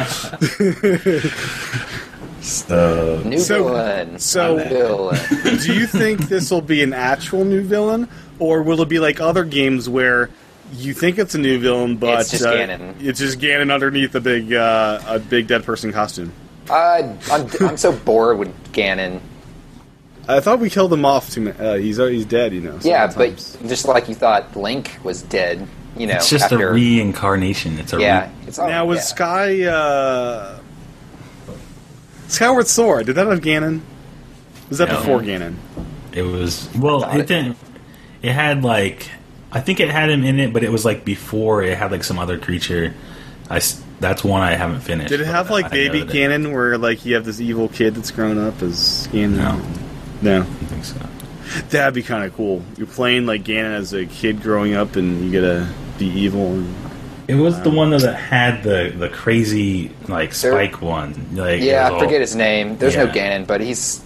So
New
So-
villain.
so-
New villain.
Do you think this will be an actual new villain, or will it be like other games where you think it's a new villain, but
It's just
uh,
Ganon.
It's just Ganon underneath a big uh, a big dead person costume.
I, I'm, I'm so bored with Ganon.
I thought we killed him off. Too ma- uh, he's uh, he's dead, you know. so
Yeah, but
sometimes-
just like you thought, Link was dead. You know,
it's just
after
a reincarnation. It's a
yeah,
re-
it's all,
now was
Oh, yeah.
Sky uh, Skyward Sword? Did that have Ganon? Was that
No.
before Ganon?
It was well.
Got
It
it.
didn't. It had like I think it had him in it, but it was like before it had like some other creature. I s- that's one I haven't finished.
Did it
but
have like
I
Baby
know that-
Ganon, where like you have this evil kid that's grown up as Ganon?
No,
No.
I don't think so.
That'd be kind of cool. You're playing like Ganon as a kid growing up, and you gotta be evil. And...
It was the one though that had the the crazy like
Um, There-
spike one. Like it
yeah,
was
I
all-
forget his name. There's no
Yeah.
Ganon, but he's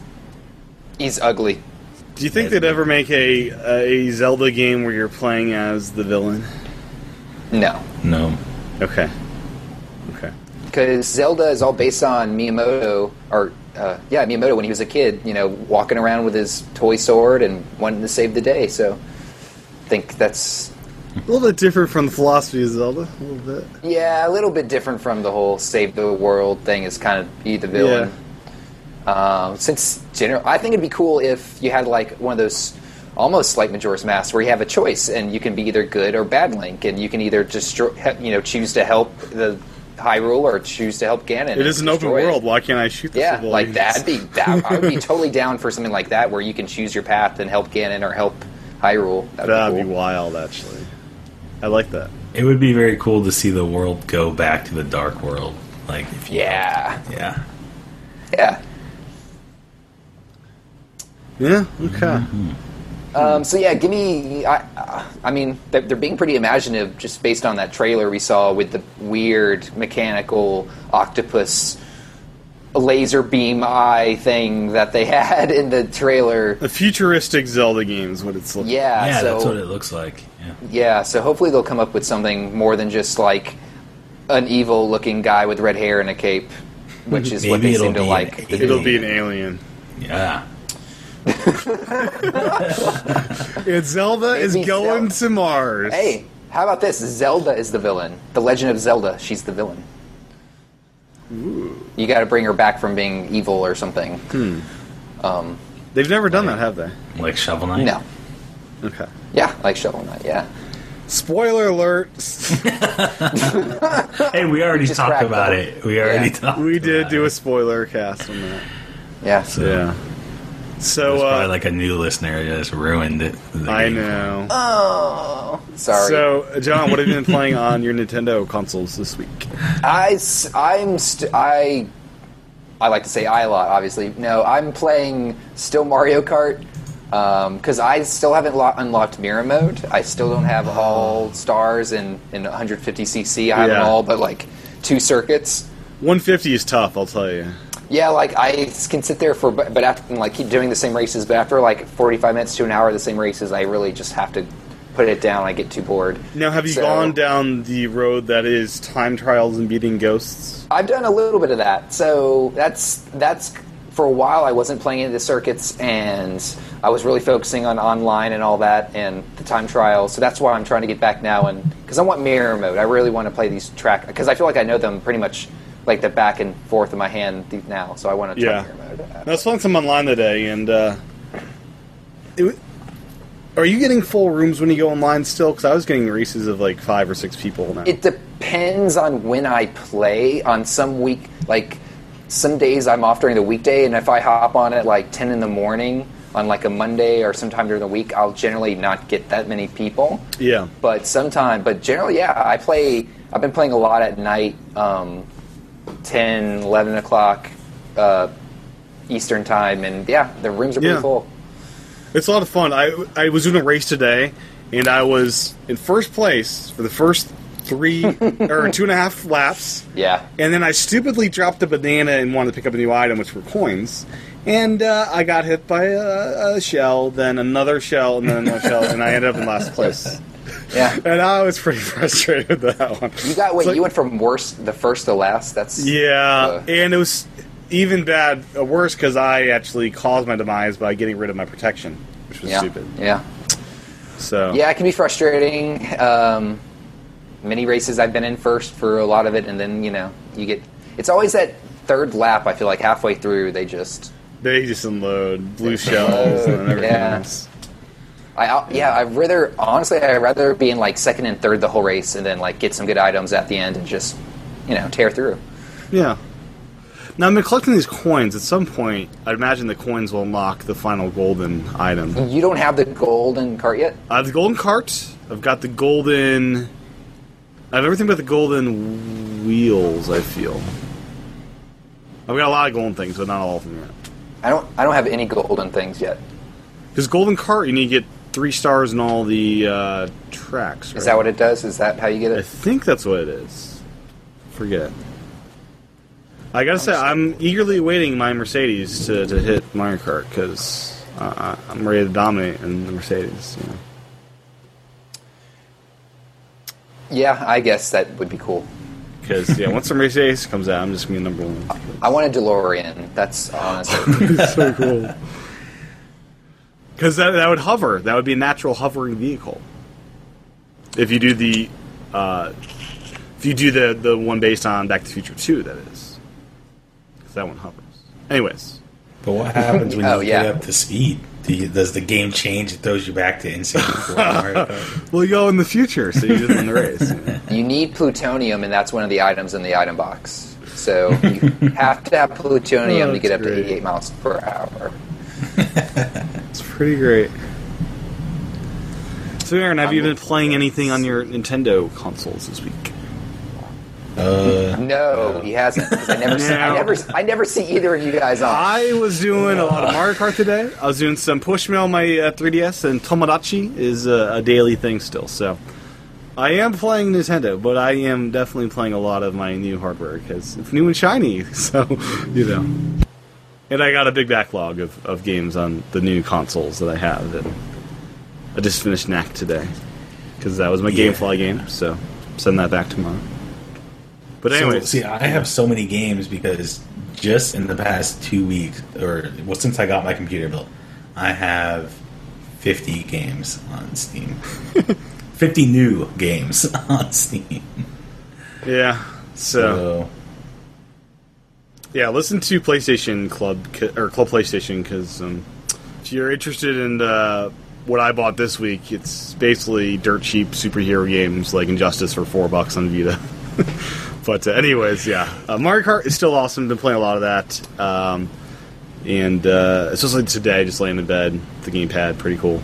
he's ugly.
Do you think they'd ever make a a Zelda game where you're playing as the villain?
No,
No,
Okay. Okay.
because Zelda is all based on Miyamoto, or uh, yeah, Miyamoto when he was a kid. You know, walking around with his toy sword and wanting to save the day. So, I think that's
A little bit different from the philosophy of Zelda. A little bit.
yeah, a little bit different from the whole save the world thing. Is kind of be the villain. Um, since general, I think it'd be cool if you had like one of those almost like Majora's Mask, where you have a choice and you can be either good or bad Link, and you can either destroy, you know, choose to help the Hyrule or choose to help Ganon.
It is an open world. Why can't I shoot this?
Yeah,
with all
like
these?
that'd be that. I would be totally down for something like that, where you can choose your path and help Ganon or help Hyrule. That'd,
That'd
be,
be
cool.
wild, actually. I like that.
It would be very cool to see the world go back to the dark world. Like, if you
Yeah,
yeah,
yeah.
Yeah. Okay.
Hmm.
Um, so yeah, give me. I, I mean, they're, they're being pretty imaginative just based on that trailer we saw with the weird mechanical octopus laser beam eye thing that they had in the trailer.
A futuristic Zelda game is what it's like.
Yeah,
yeah.
Uh, so
that's what it looks like. Yeah.
yeah, so hopefully they'll come up with something more than just like an evil-looking guy with red hair and a cape, which is what
Maybe
they
it'll
seem to
be an
like. to do.
It'll be an alien.
yeah.
If Zelda is
Maybe
going
Zelda.
to Mars.
Hey, how about this? Zelda is the villain. The Legend of Zelda, she's the villain. You got to bring her back from being evil or something.
They've never done that, have they?
Like Shovel Knight.
No.
Okay.
Yeah, like Shovel Knight, yeah.
Spoiler alert.
Hey, we already
Just
talked
cracked
about
open.
it. We already
Yeah.
talked.
we did
about
do
it.
a spoiler cast on that.
Yeah.
So
Yeah.
there's
So
probably
uh,
like a new listener that's ruined it. The
I
game.
know.
Sorry.
So John, what have you been playing on your Nintendo consoles this week?
I, s- I'm st- I, I like to say I a lot, obviously. No, I'm playing still Mario Kart because I still haven't lo- unlocked Mirror Mode. I still don't have all stars and, and 150cc. I have them
Yeah.
all, but like two circuits.
150 is tough, I'll tell you.
Yeah, like I s- can sit there for, but but after and, like keep doing the same races. But after like forty-five minutes to an hour of the same races, I really just have to put it down. I get too bored.
Now, have you
So-
gone down the road that is time trials and beating ghosts?
I've done a little bit of that. So that's that's for a while. I wasn't playing any of the circuits, and I was really focusing on online and all that, and the time trial. So that's why I'm trying to get back now, and because I want mirror mode. I really want to play these track because I feel like I know them pretty much like the back and forth of my hand th- now. So I want to try
Yeah.
mirror mode.
I was playing some online today, and uh, it w- are you getting full rooms when you go online still? Because I was getting races of like five or six people now.
It depends on when I play. On some week, like some days I'm off during the weekday, and if I hop on at like 10 in the morning on like a Monday or sometime during the week, I'll generally not get that many people.
yeah,
But sometime, but generally, yeah, I play. I've been playing a lot at night, um, 10, 11 o'clock uh, Eastern time, and yeah, the rooms are pretty
Yeah.
full.
It's a lot of fun. I I was doing a race today, and I was in first place for the first three or two and a half laps.
Yeah.
And then I stupidly dropped a banana and wanted to pick up a new item, which were coins. And uh, I got hit by a, a shell, then another shell, and then another shell, and I ended up in last place.
Yeah.
And I was pretty frustrated with that one.
You got
It's
wait.
like-
you went from worst the first to last. That's
yeah,
Uh,
and it was even bad, uh, worse because I actually caused my demise by getting rid of my protection, which was
yeah,
stupid.
yeah.
So
Yeah, it can be frustrating. Um, many races I've been in first for a lot of it, and then you know you get. It's always that third lap. I feel like halfway through they just.
They just unload blue
Just
shells and
unload,
everything
yeah.
else.
I I'll- yeah I rather honestly I would rather be in like second and third the whole race and then like get some good items at the end and just you know tear through.
Yeah. Now I've been collecting these coins. At some point, I'd imagine the coins will unlock the final golden item.
You don't have the golden cart yet.
I have the golden cart. I've got the golden. I have everything but the golden wheels. I feel. I've got a lot of golden things, but not all of them yet.
I don't I don't have any golden things yet.
Because golden cart, you need to get three stars in all the uh, tracks.
Is
right?
that what it does? Is that how you get
I
it?
think that's what it is. Forget. I gotta say, I'm eagerly waiting my Mercedes to, to hit Mario Kart because uh, I- I'm ready to dominate in the Mercedes. You know.
Yeah, I guess that would be cool.
Because yeah, once the Mercedes comes out, I'm just gonna be number one.
I want a DeLorean. That's honestly
it's so cool. Because that that would hover. That would be a natural hovering vehicle. If you do the, uh, if you do the the one based on Back to the Future Two, that is, because that one hovers. Anyways.
But what happens when
Oh,
you
yeah.
get up to speed? Do you, does the game change? It throws you back to N64. Mario Kart?
Well, you go in the future, so you just win the race.
You need plutonium, and that's one of the items in the item box. So you have to have plutonium
Oh,
to get up
that's
to
great.
88 miles per hour.
It's pretty great. So, Aaron, have you been playing anything on your Nintendo consoles this week?
No, he hasn't. 'cause I never, see, I
No.
never, I never see either of you guys on.
I was doing a lot of Mario Kart today. I was doing some pushmail on my uh, 3DS, and Tomodachi is uh, a, a daily thing still. So, I am playing Nintendo, but I am definitely playing a lot of my new hardware because it's new and shiny. So, you know. And I got a big backlog of, of games on the new consoles that I have. And I just finished Knack today because that was my
Yeah.
GameFly game. So, send that back tomorrow. But anyway,
So, see, I have so many games because just in the past two weeks, or well, since I got my computer built, I have 50 games on Steam. 50 new games on Steam.
yeah. so
So,
Yeah, listen to PlayStation Club c- or Club PlayStation because um, if you're interested in uh, what I bought this week, it's basically dirt cheap superhero games like Injustice for four bucks on Vita. but uh, anyways, yeah, uh, Mario Kart is still awesome. Been playing a lot of that, um, and uh, especially today, just laying in bed, with the gamepad, pretty cool.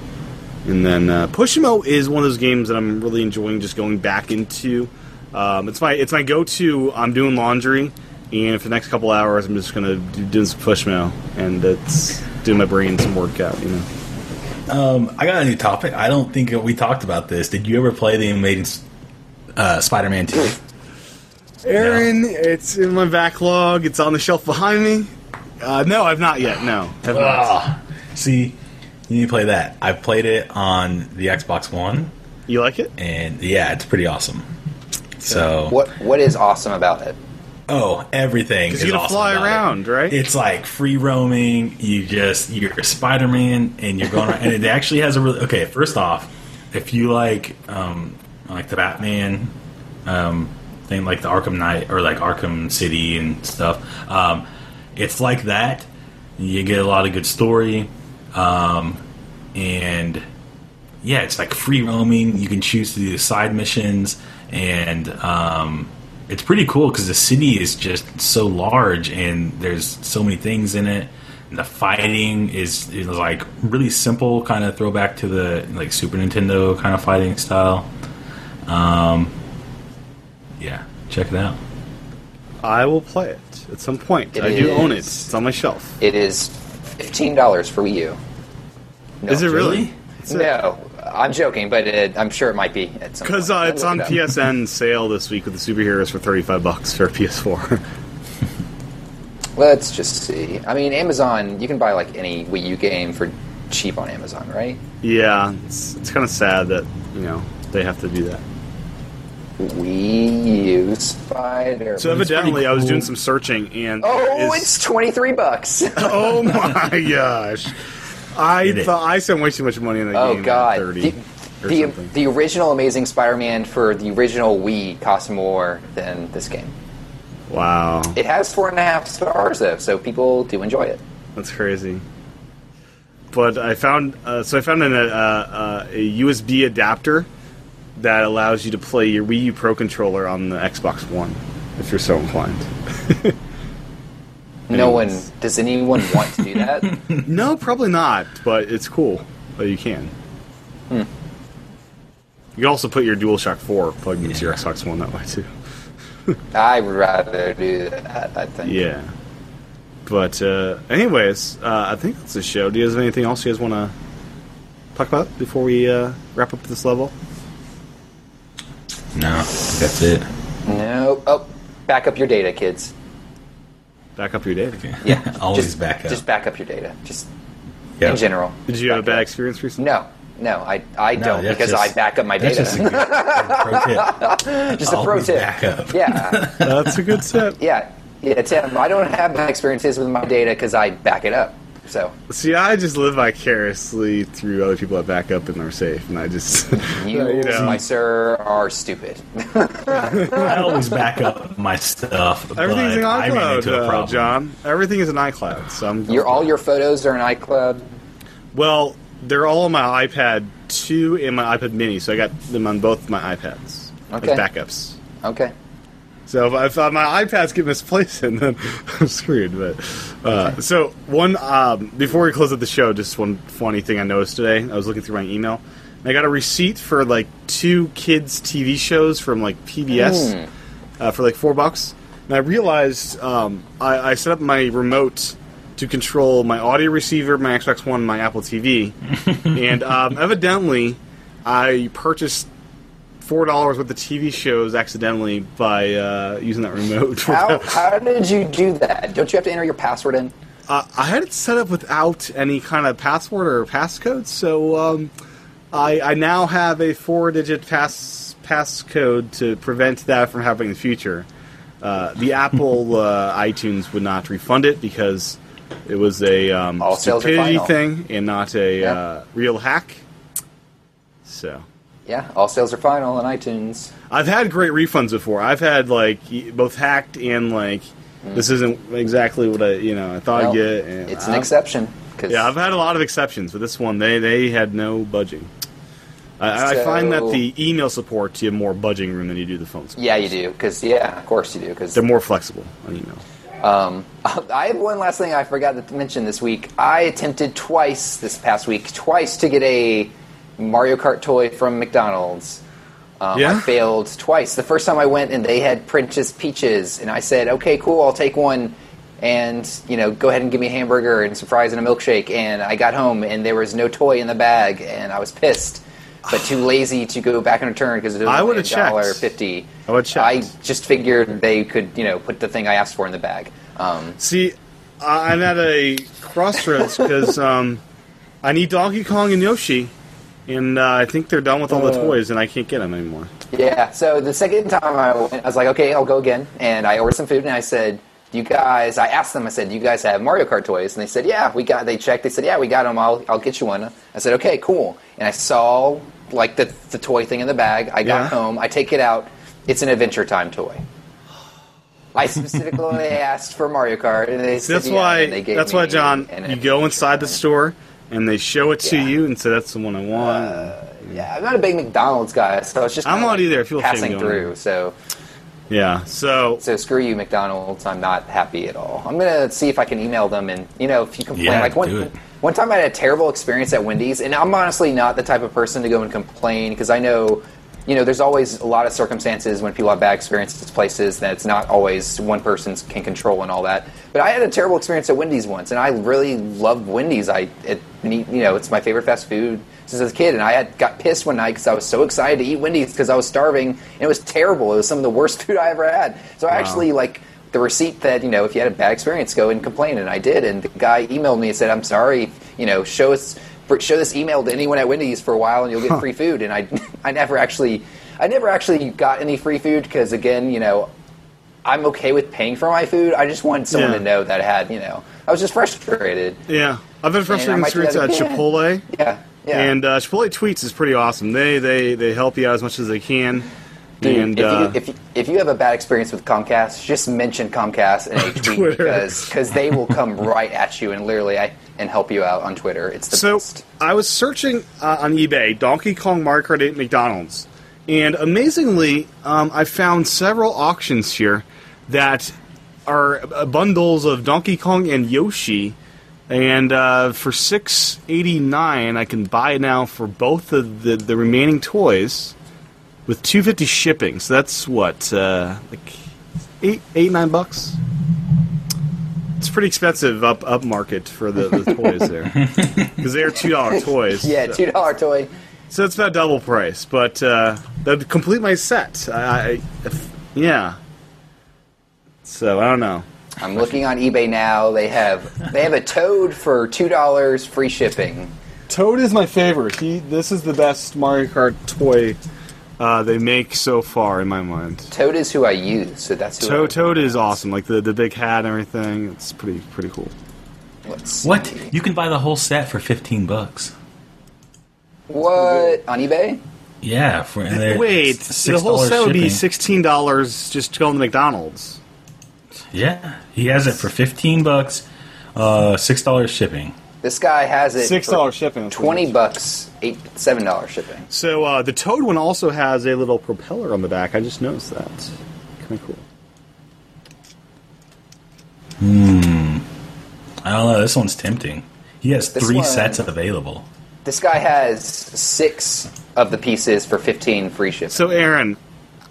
And then uh, Pushimo is one of those games that I'm really enjoying just going back into. Um, it's my it's my go to. I'm doing laundry, and for the next couple hours, I'm just gonna do, do some Pushimo and it's do my brain some workout. You know,
um, I got a new topic. I don't think we talked about this. Did you ever play the Amazing S- uh, Spider Man 2?
Aaron, it's in my backlog. It's on the shelf behind me. Uh, no, I've not yet. No, have not.
Ah, see, you need to play that. I played it on the Xbox One,
You like it?
and yeah, it's pretty awesome. So,
What What is awesome about it?
oh, everything is
you gotta
awesome
fly
about it.
around, right?
It's like free roaming. You just you're Spider Man, and you're going. around, and it actually has a really okay. First off, if you like um like the Batman um thing, like the Arkham Knight or like Arkham City and stuff, um, it's like that. You get a lot of good story, um, and yeah, it's like free roaming. You can choose to do side missions, and um, it's pretty cool because the city is just so large and there's so many things in it. And the fighting is, is like really simple, kind of throwback to the like Super Nintendo kind of fighting style. Um, yeah, check it out.
I will play it at some point.
It
I do own it.
is-
It's on my shelf.
It is fifteen dollars for Wii U. No,
is it really?
really?
It's a-
No, I'm joking, but it, I'm sure it might be at some.
Because
point.
uh,
Let me
it's
look
on
it up.
PSN sale this week with the superheroes for thirty-five bucks for PS4.
Let's just see. I mean, Amazon. You can buy like any Wii U game for cheap on Amazon, right?
yeah, it's, it's kind of sad that you know they have to do that.
Wii U Spider.
So
It's pretty
evidently, I was
cool.
doing some searching, and there
oh,
is-
it's twenty three bucks.
oh my gosh! I
It is.
thought I spent way too much money on that
Oh
game. at
God!
thirty
the,
or
the,
something.
the original Amazing Spider-Man for the original Wii cost more than this game.
wow,
It has four and a half stars though, so people do enjoy it.
that's crazy. But I found uh, so I found an, uh, uh, a USB adapter that allows you to play your Wii U Pro controller on the Xbox One if you're so inclined.
No one
Anyways.
does anyone want to do that?
No, probably not, but it's cool that you can. You can also put your DualShock 4 plugged into your Xbox One that way, too.
I would rather do that. I think.
Yeah. But, uh, anyways, uh, I think that's the show. Do you guys have anything else you guys want to talk about before we uh, wrap up this level?
No, that's it.
No. Oh, back up your data, kids.
Back up your day.
Yeah, always
Just
back up.
Just back up your data. Just
Yeah.
in general.
Did you have a
Back
bad
up.
experience recently?
No. No, I, I
No,
don't
that's
because
just-
I back up my
That's
data.
just a good pro tip.
Just a pro
Always
tip.
back up.
Yeah.
That's a good tip.
Yeah, yeah, Tim. I don't have bad experiences with my data because I back it up. So
See, I just live vicariously through other people that back up and are safe, and I just.
you,
know.
my sir, are stupid.
I always back up my stuff. but
Everything's in
I ran
iCloud,
into a
uh,
problem.
John. Everything is in iCloud, so I'm.
your all your photos are in iCloud.
Well, they're all on my iPad 2 and my iPad Mini, so I got them on both my iPads
Okay.
as backups.
Okay.
So if, if uh, my iPads get misplaced, and then I'm screwed. But uh, so one um, before we close up the show, just one funny thing I noticed today. I was looking through my email, and I got a receipt for like two kids' TV shows from like PBS uh, for like four bucks. And I realized um, I, I set up my remote to control my audio receiver, my Xbox One, my Apple TV, and um, evidently I purchased four dollars worth of TV shows accidentally by uh, using that remote.
How, how did you do that? Don't you have to enter your password in?
uh, I had it set up without any kind of password or passcode, so um, I, I now have a four-digit pass passcode to prevent that from happening in the future. Uh, the Apple uh, iTunes would not refund it because it was a um,
All sales are
stupidity
final.
thing and not a
Yeah.
uh, real hack. So.
Yeah, all sales are final on iTunes.
I've had great refunds before. I've had like y- both hacked and like this isn't exactly what I you know I thought
Mm. Well,
I'd get. And
it's
I've-
an exception. 'cause-
Yeah, I've had a lot of exceptions, but this one they they had no budging. I, I find that
So-
the email support you have more budging room than you do the phone support.
yeah, you do. Because yeah, of course you do. Because
They're more flexible on email.
Um, I have one last thing I forgot to mention this week. I attempted twice this past week, twice to get a Mario Kart toy from McDonald's. Um,
Yeah?
I failed twice. The first time I went and they had Princess Peaches, and I said, "Okay, cool, I'll take one." And you know, go ahead and give me a hamburger and some fries and a milkshake. And I got home, and there was no toy in the bag, and I was pissed, but too lazy to go back and return because it was
I
only
would've checked.
dollar fifty.
I would've checked.
I just figured they could, you know, put the thing I asked for in the bag. Um,
See, I- I'm at a crossroads because um, I need Donkey Kong and Yoshi, and uh, I think they're done with all the
Uh.
toys, and I can't get them anymore.
yeah. So the second time I went, I was like, okay, I'll go again, and I ordered some food, and I said, you guys, I asked them, I said, you guys have Mario Kart toys, and they said, yeah, we got. They checked, they said, yeah, we got them. I'll, I'll get you one. I said, okay, cool. And I saw like the the toy thing in the bag. I got
Yeah.
home, I take it out. It's an Adventure Time toy. I specifically asked for Mario Kart, and they said,
That's
yeah,
why.
and they gave
That's why,
me
John.
an
You
Adventure
go inside the
Time.
store and they show it to
Yeah. Uh.
you and say, "That's the one I want."
Yeah, I'm not a big McDonald's guy, so it's just
I'm
kinda
not
like
either. I feel ashamed
passing
going
through.
in.
So,
yeah. So,
so screw you, McDonald's. I'm not happy at all. I'm gonna see if I can email them, and you know, if you complain,
Yeah,
like one
do it.
one time I had a terrible experience at Wendy's, and I'm honestly not the type of person to go and complain because I know, you know, there's always a lot of circumstances when people have bad experiences at places that it's not always one person can control and all that. But I had a terrible experience at Wendy's once, and I really loved Wendy's. I it, you know, it's my favorite fast food since I was a kid, and I had got pissed one night because I was so excited to eat Wendy's because I was starving, and it was terrible. It was some of the worst food I ever had. So I actually like the receipt that you know if you had a bad experience go and complain and i did and the guy emailed me and said i'm sorry you know show us for- show this email to anyone at wendy's for a while and you'll get free food and i i never actually i never actually got any free food because again you know i'm okay with paying for my food i just wanted someone
Yeah.
to know that i had you know i was just frustrated
yeah, I've been
I
frustrated
might do
experience
that
at
again.
Chipotle,
yeah yeah
and uh, Chipotle tweets is pretty awesome. They they they help you out as much as they can.
Dude,
and
if,
uh,
you, if, you, if you have a bad experience with Comcast, just mention Comcast in a tweet
Twitter.
because cause they will come right at you and literally I, and help you out on Twitter. It's the
so
best.
I was searching uh, on eBay Donkey Kong Mario Kart 8 McDonald's, and amazingly, um, I found several auctions here that are uh, bundles of Donkey Kong and Yoshi, and uh, for six eighty nine, I can buy now for both of the, the remaining toys with two fifty shipping. So that's what uh, like eight eight nine bucks. It's pretty expensive up up market for the, the toys there because they are two dollar toys.
Yeah,
so,
two dollar toy.
so it's about double price, but uh, that'd complete my set. I, I if, yeah. So I don't know.
I'm looking on eBay now. They have they have a Toad for two dollars free shipping.
Toad is my favorite. He, this is the best Mario Kart toy uh, they make so far in my mind.
Toad is who I use, so that's who.
Toad,
I,
Toad is awesome. Like the, the big hat and everything. It's pretty pretty cool.
Let's see.
What? You can buy the whole set for 15 bucks.
What on eBay?
Yeah, for and they're-
Wait,
it's
the whole
$6
set would be
shipping.
sixteen dollars just to go to McDonald's.
Yeah, he has it for 15 bucks, uh, $6 shipping.
This guy has it
Six
for
dollar shipping, that's
twenty
nice.
bucks, eight seven dollar shipping.
So uh, the Toad one also has a little propeller on the back. I just noticed that. Kind of cool.
I don't know. This one's tempting. He has
This
three
one-
sets available.
This guy has six of the pieces for fifteen free shipping.
So Aaron,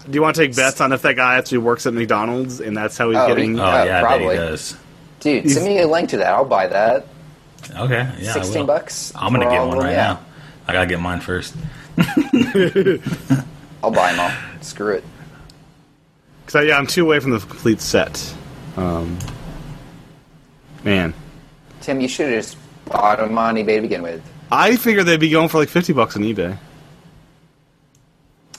do you want to take bets on if that guy actually works at McDonald's and that's how he's
Oh,
getting?
Oh
he- Yeah,
yeah, I bet he
probably.
does.
Dude, send me a link to that. I'll buy that.
Okay, yeah, I
Sixteen
will.
bucks.
I'm gonna
for
get
all of
one
them?
right
Yeah,
now. I gotta get mine first.
I'll buy them all. Screw it.
Cause I, yeah, I'm two away from the complete set. Um, man,
Tim, you should have just bought them on eBay to begin with.
I figured they'd be going for like fifty bucks on eBay.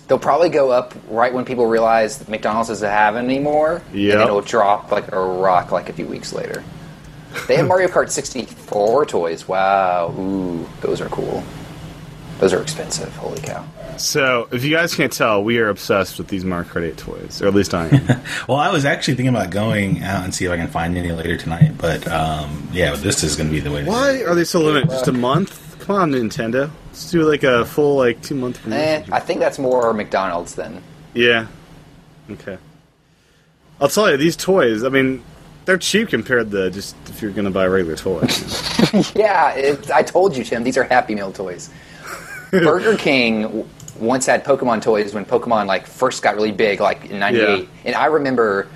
They'll probably go up right when people realize that McDonald's doesn't have it anymore.
Yep.
And it'll drop like a rock like a few weeks later. They have Mario Kart 64 toys. Wow. Ooh, those are cool. Those are expensive. Holy cow.
So if you guys can't tell, we are obsessed with these Mario Kart 8 toys, or at least I am.
Well, I was actually thinking about going out and see if I can find any later tonight, but um, yeah, this is gonna be the way. to do it.
Why are they so limited? Just a month? Come on, Nintendo. Let's do like a full like two month
Eh,
promotion.
I think that's more McDonald's then.
Yeah. Okay. I'll tell you, these toys. I mean, they're cheap compared to just if you're gonna buy a regular toy.
Yeah, it, I told you, Tim. These are Happy Meal toys. Burger King w- once had Pokemon toys when Pokemon like first got really big, like in '98,
Yeah.
and I remember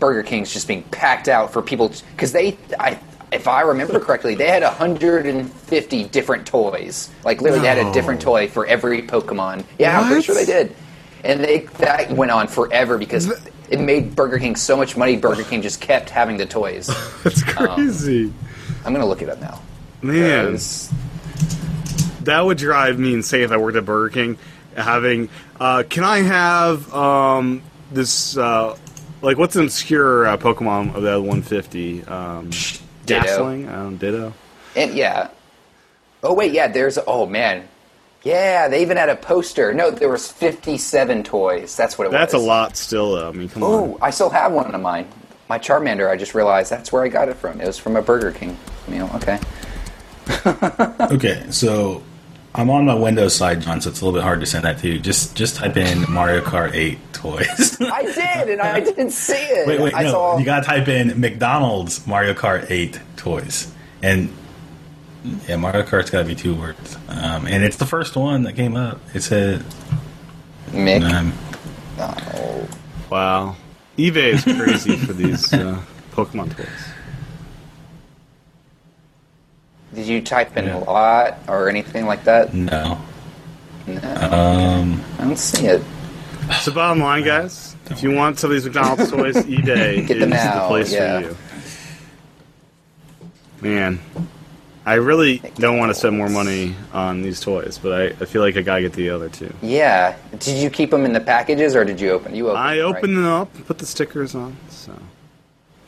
Burger King's just being packed out for people because they, I, if I remember correctly, they had 150 different toys. Like literally, they had a different toy for every Pokemon. Yeah, I'm pretty
What?
sure they did, and they that went on forever because. it made Burger King so much money. Burger King just kept having the toys.
That's
Oh.
crazy,
I'm gonna look it up now.
man.
'Cause-
That would drive me insane if I worked at Burger King. Having, uh, can I have um, this? Uh, like, what's an obscure uh, Pokemon of that 150? Um,
Ditto.
Dazzling? Um, Ditto.
And yeah. Oh wait, yeah. There's oh man, yeah. They even had a poster. No, there was 57 toys. That's what it
That's a
was.
lot still, though. I mean, come on.
Oh, I still have one of mine. My Charmander. I just realized that's where I got it from. It was from a Burger King meal. Okay.
Okay, so I'm on my Windows side, John, so it's a little bit hard to send that to you. Just just type in Mario Kart 8 toys.
I did, and I didn't see it.
wait, wait,
I
no.
saw.
You gotta type in McDonald's Mario Kart 8 toys. And yeah, Mario Kart's gotta be two words. Um, and it's the first one that came up. It said,
Mick.
um,
Oh.
Wow. eBay is crazy for these uh, Pokemon toys.
Did you type in
Yeah.
a lot or anything like that?
no. Um.
I don't see it.
So, bottom line, guys, if you want some of these McDonald's toys, eBay
Get
is
them
the
out,
place
yeah.
for you. Man, I really don't want to spend more money on these toys, but I, I feel like I gotta get the other two.
Yeah. Did you keep them in the packages or did you open? You opened.
I
them,
opened
Right?
them up, and put the stickers on, so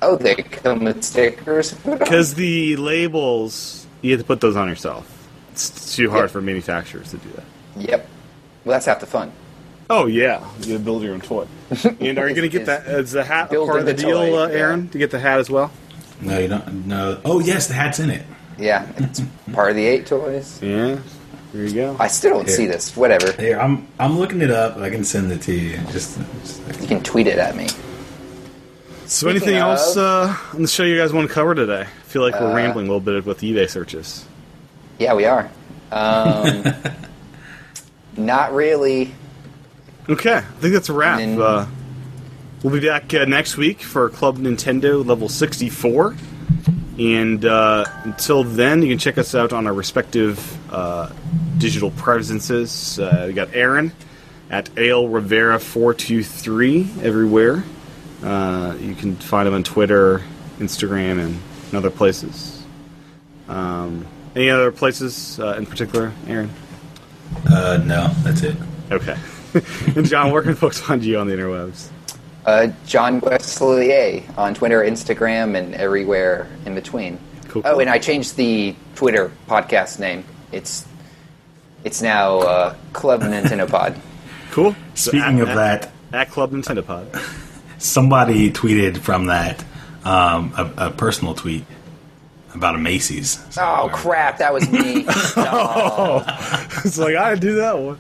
Oh, they come with stickers.
because the labels you have to put those on yourself. It's too hard
Yep.
for manufacturers to do that.
Yep. Well, that's half the fun.
Oh yeah, you build your own toy. And are you going to get
Is-
that? uh, Is the hat
building
part of the,
the
deal,
toy,
uh,
yeah.
Aaron? To get the hat as well?
No, you don't. No. Oh, yes, the hat's in it.
Yeah, it's part of the eight toys.
Yeah. There you go.
I still don't see this. Whatever.
Here, I'm I'm looking it up. I can send it to you. Just, just
You can tweet it at me.
So anything
Speaking
else
of-
uh, on the show you guys want to cover today? I feel like
Uh,
we're rambling a little bit with eBay searches.
Yeah, we are. Um, not really.
Okay, I think that's a wrap.
And then-
uh, we'll be back uh, next week for Club Nintendo Level 64. And uh, until then, you can check us out on our respective uh, digital presences. Uh, we got Aaron at Ale Rivera 423 everywhere. Uh, you can find him on Twitter, Instagram, and, and other places. Um, any other places uh, in particular, Aaron?
uh, no, that's it.
Okay. and John, where can folks find you on the interwebs?
Uh, John Wesley on Twitter, Instagram, and everywhere in between.
Cool,
Oh,
cool.
and I changed the Twitter podcast name. It's it's now uh, Club Nintendo Pod.
Cool. So
Speaking
at-
of
at-
that,
at Club Nintendo Pod.
somebody tweeted from that um, a, a personal tweet about a Macy's. So
Oh
we're-
crap, that was me.
it's like I do that one.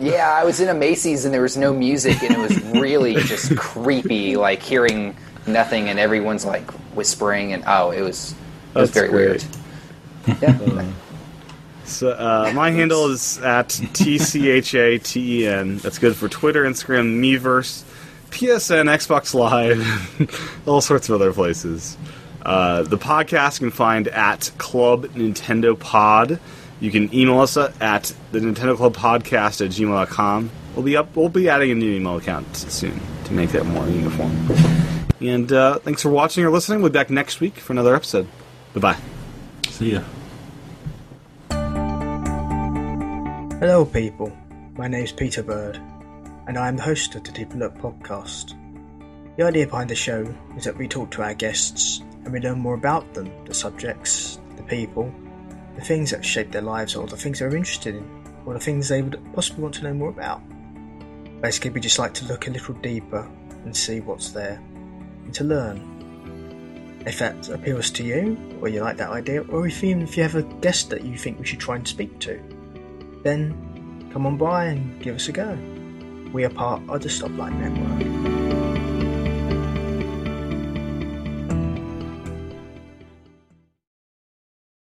yeah, I was in a Macy's and there was no music and it was really just creepy, like hearing nothing and everyone's like whispering and oh, it was it was
That's
very
great.
weird. Yeah.
So, uh, my handle is at tchaten. E That's good for Twitter, Instagram, Meverse, PSN, Xbox Live, all sorts of other places. Uh, the podcast you can find at Club Nintendo Pod. You can email us at the Nintendo Club Podcast at gmail.com. We'll be up. We'll be adding a new email account soon to make that more uniform. And uh, thanks for watching or listening. We'll be back next week for another episode. Bye bye.
See ya.
Hello, people. My name's Peter Bird, and I am the host of the Deep Look podcast. The idea behind the show is that we talk to our guests and we learn more about them, the subjects, the people, the things that shape their lives, or the things they're interested in, or the things they would possibly want to know more about. Basically, we just like to look a little deeper and see what's there and to learn. If that appeals to you, or you like that idea, or if even if you have a guest that you think we should try and speak to, then come on by and give us a go. We are part of the Stoplight Network.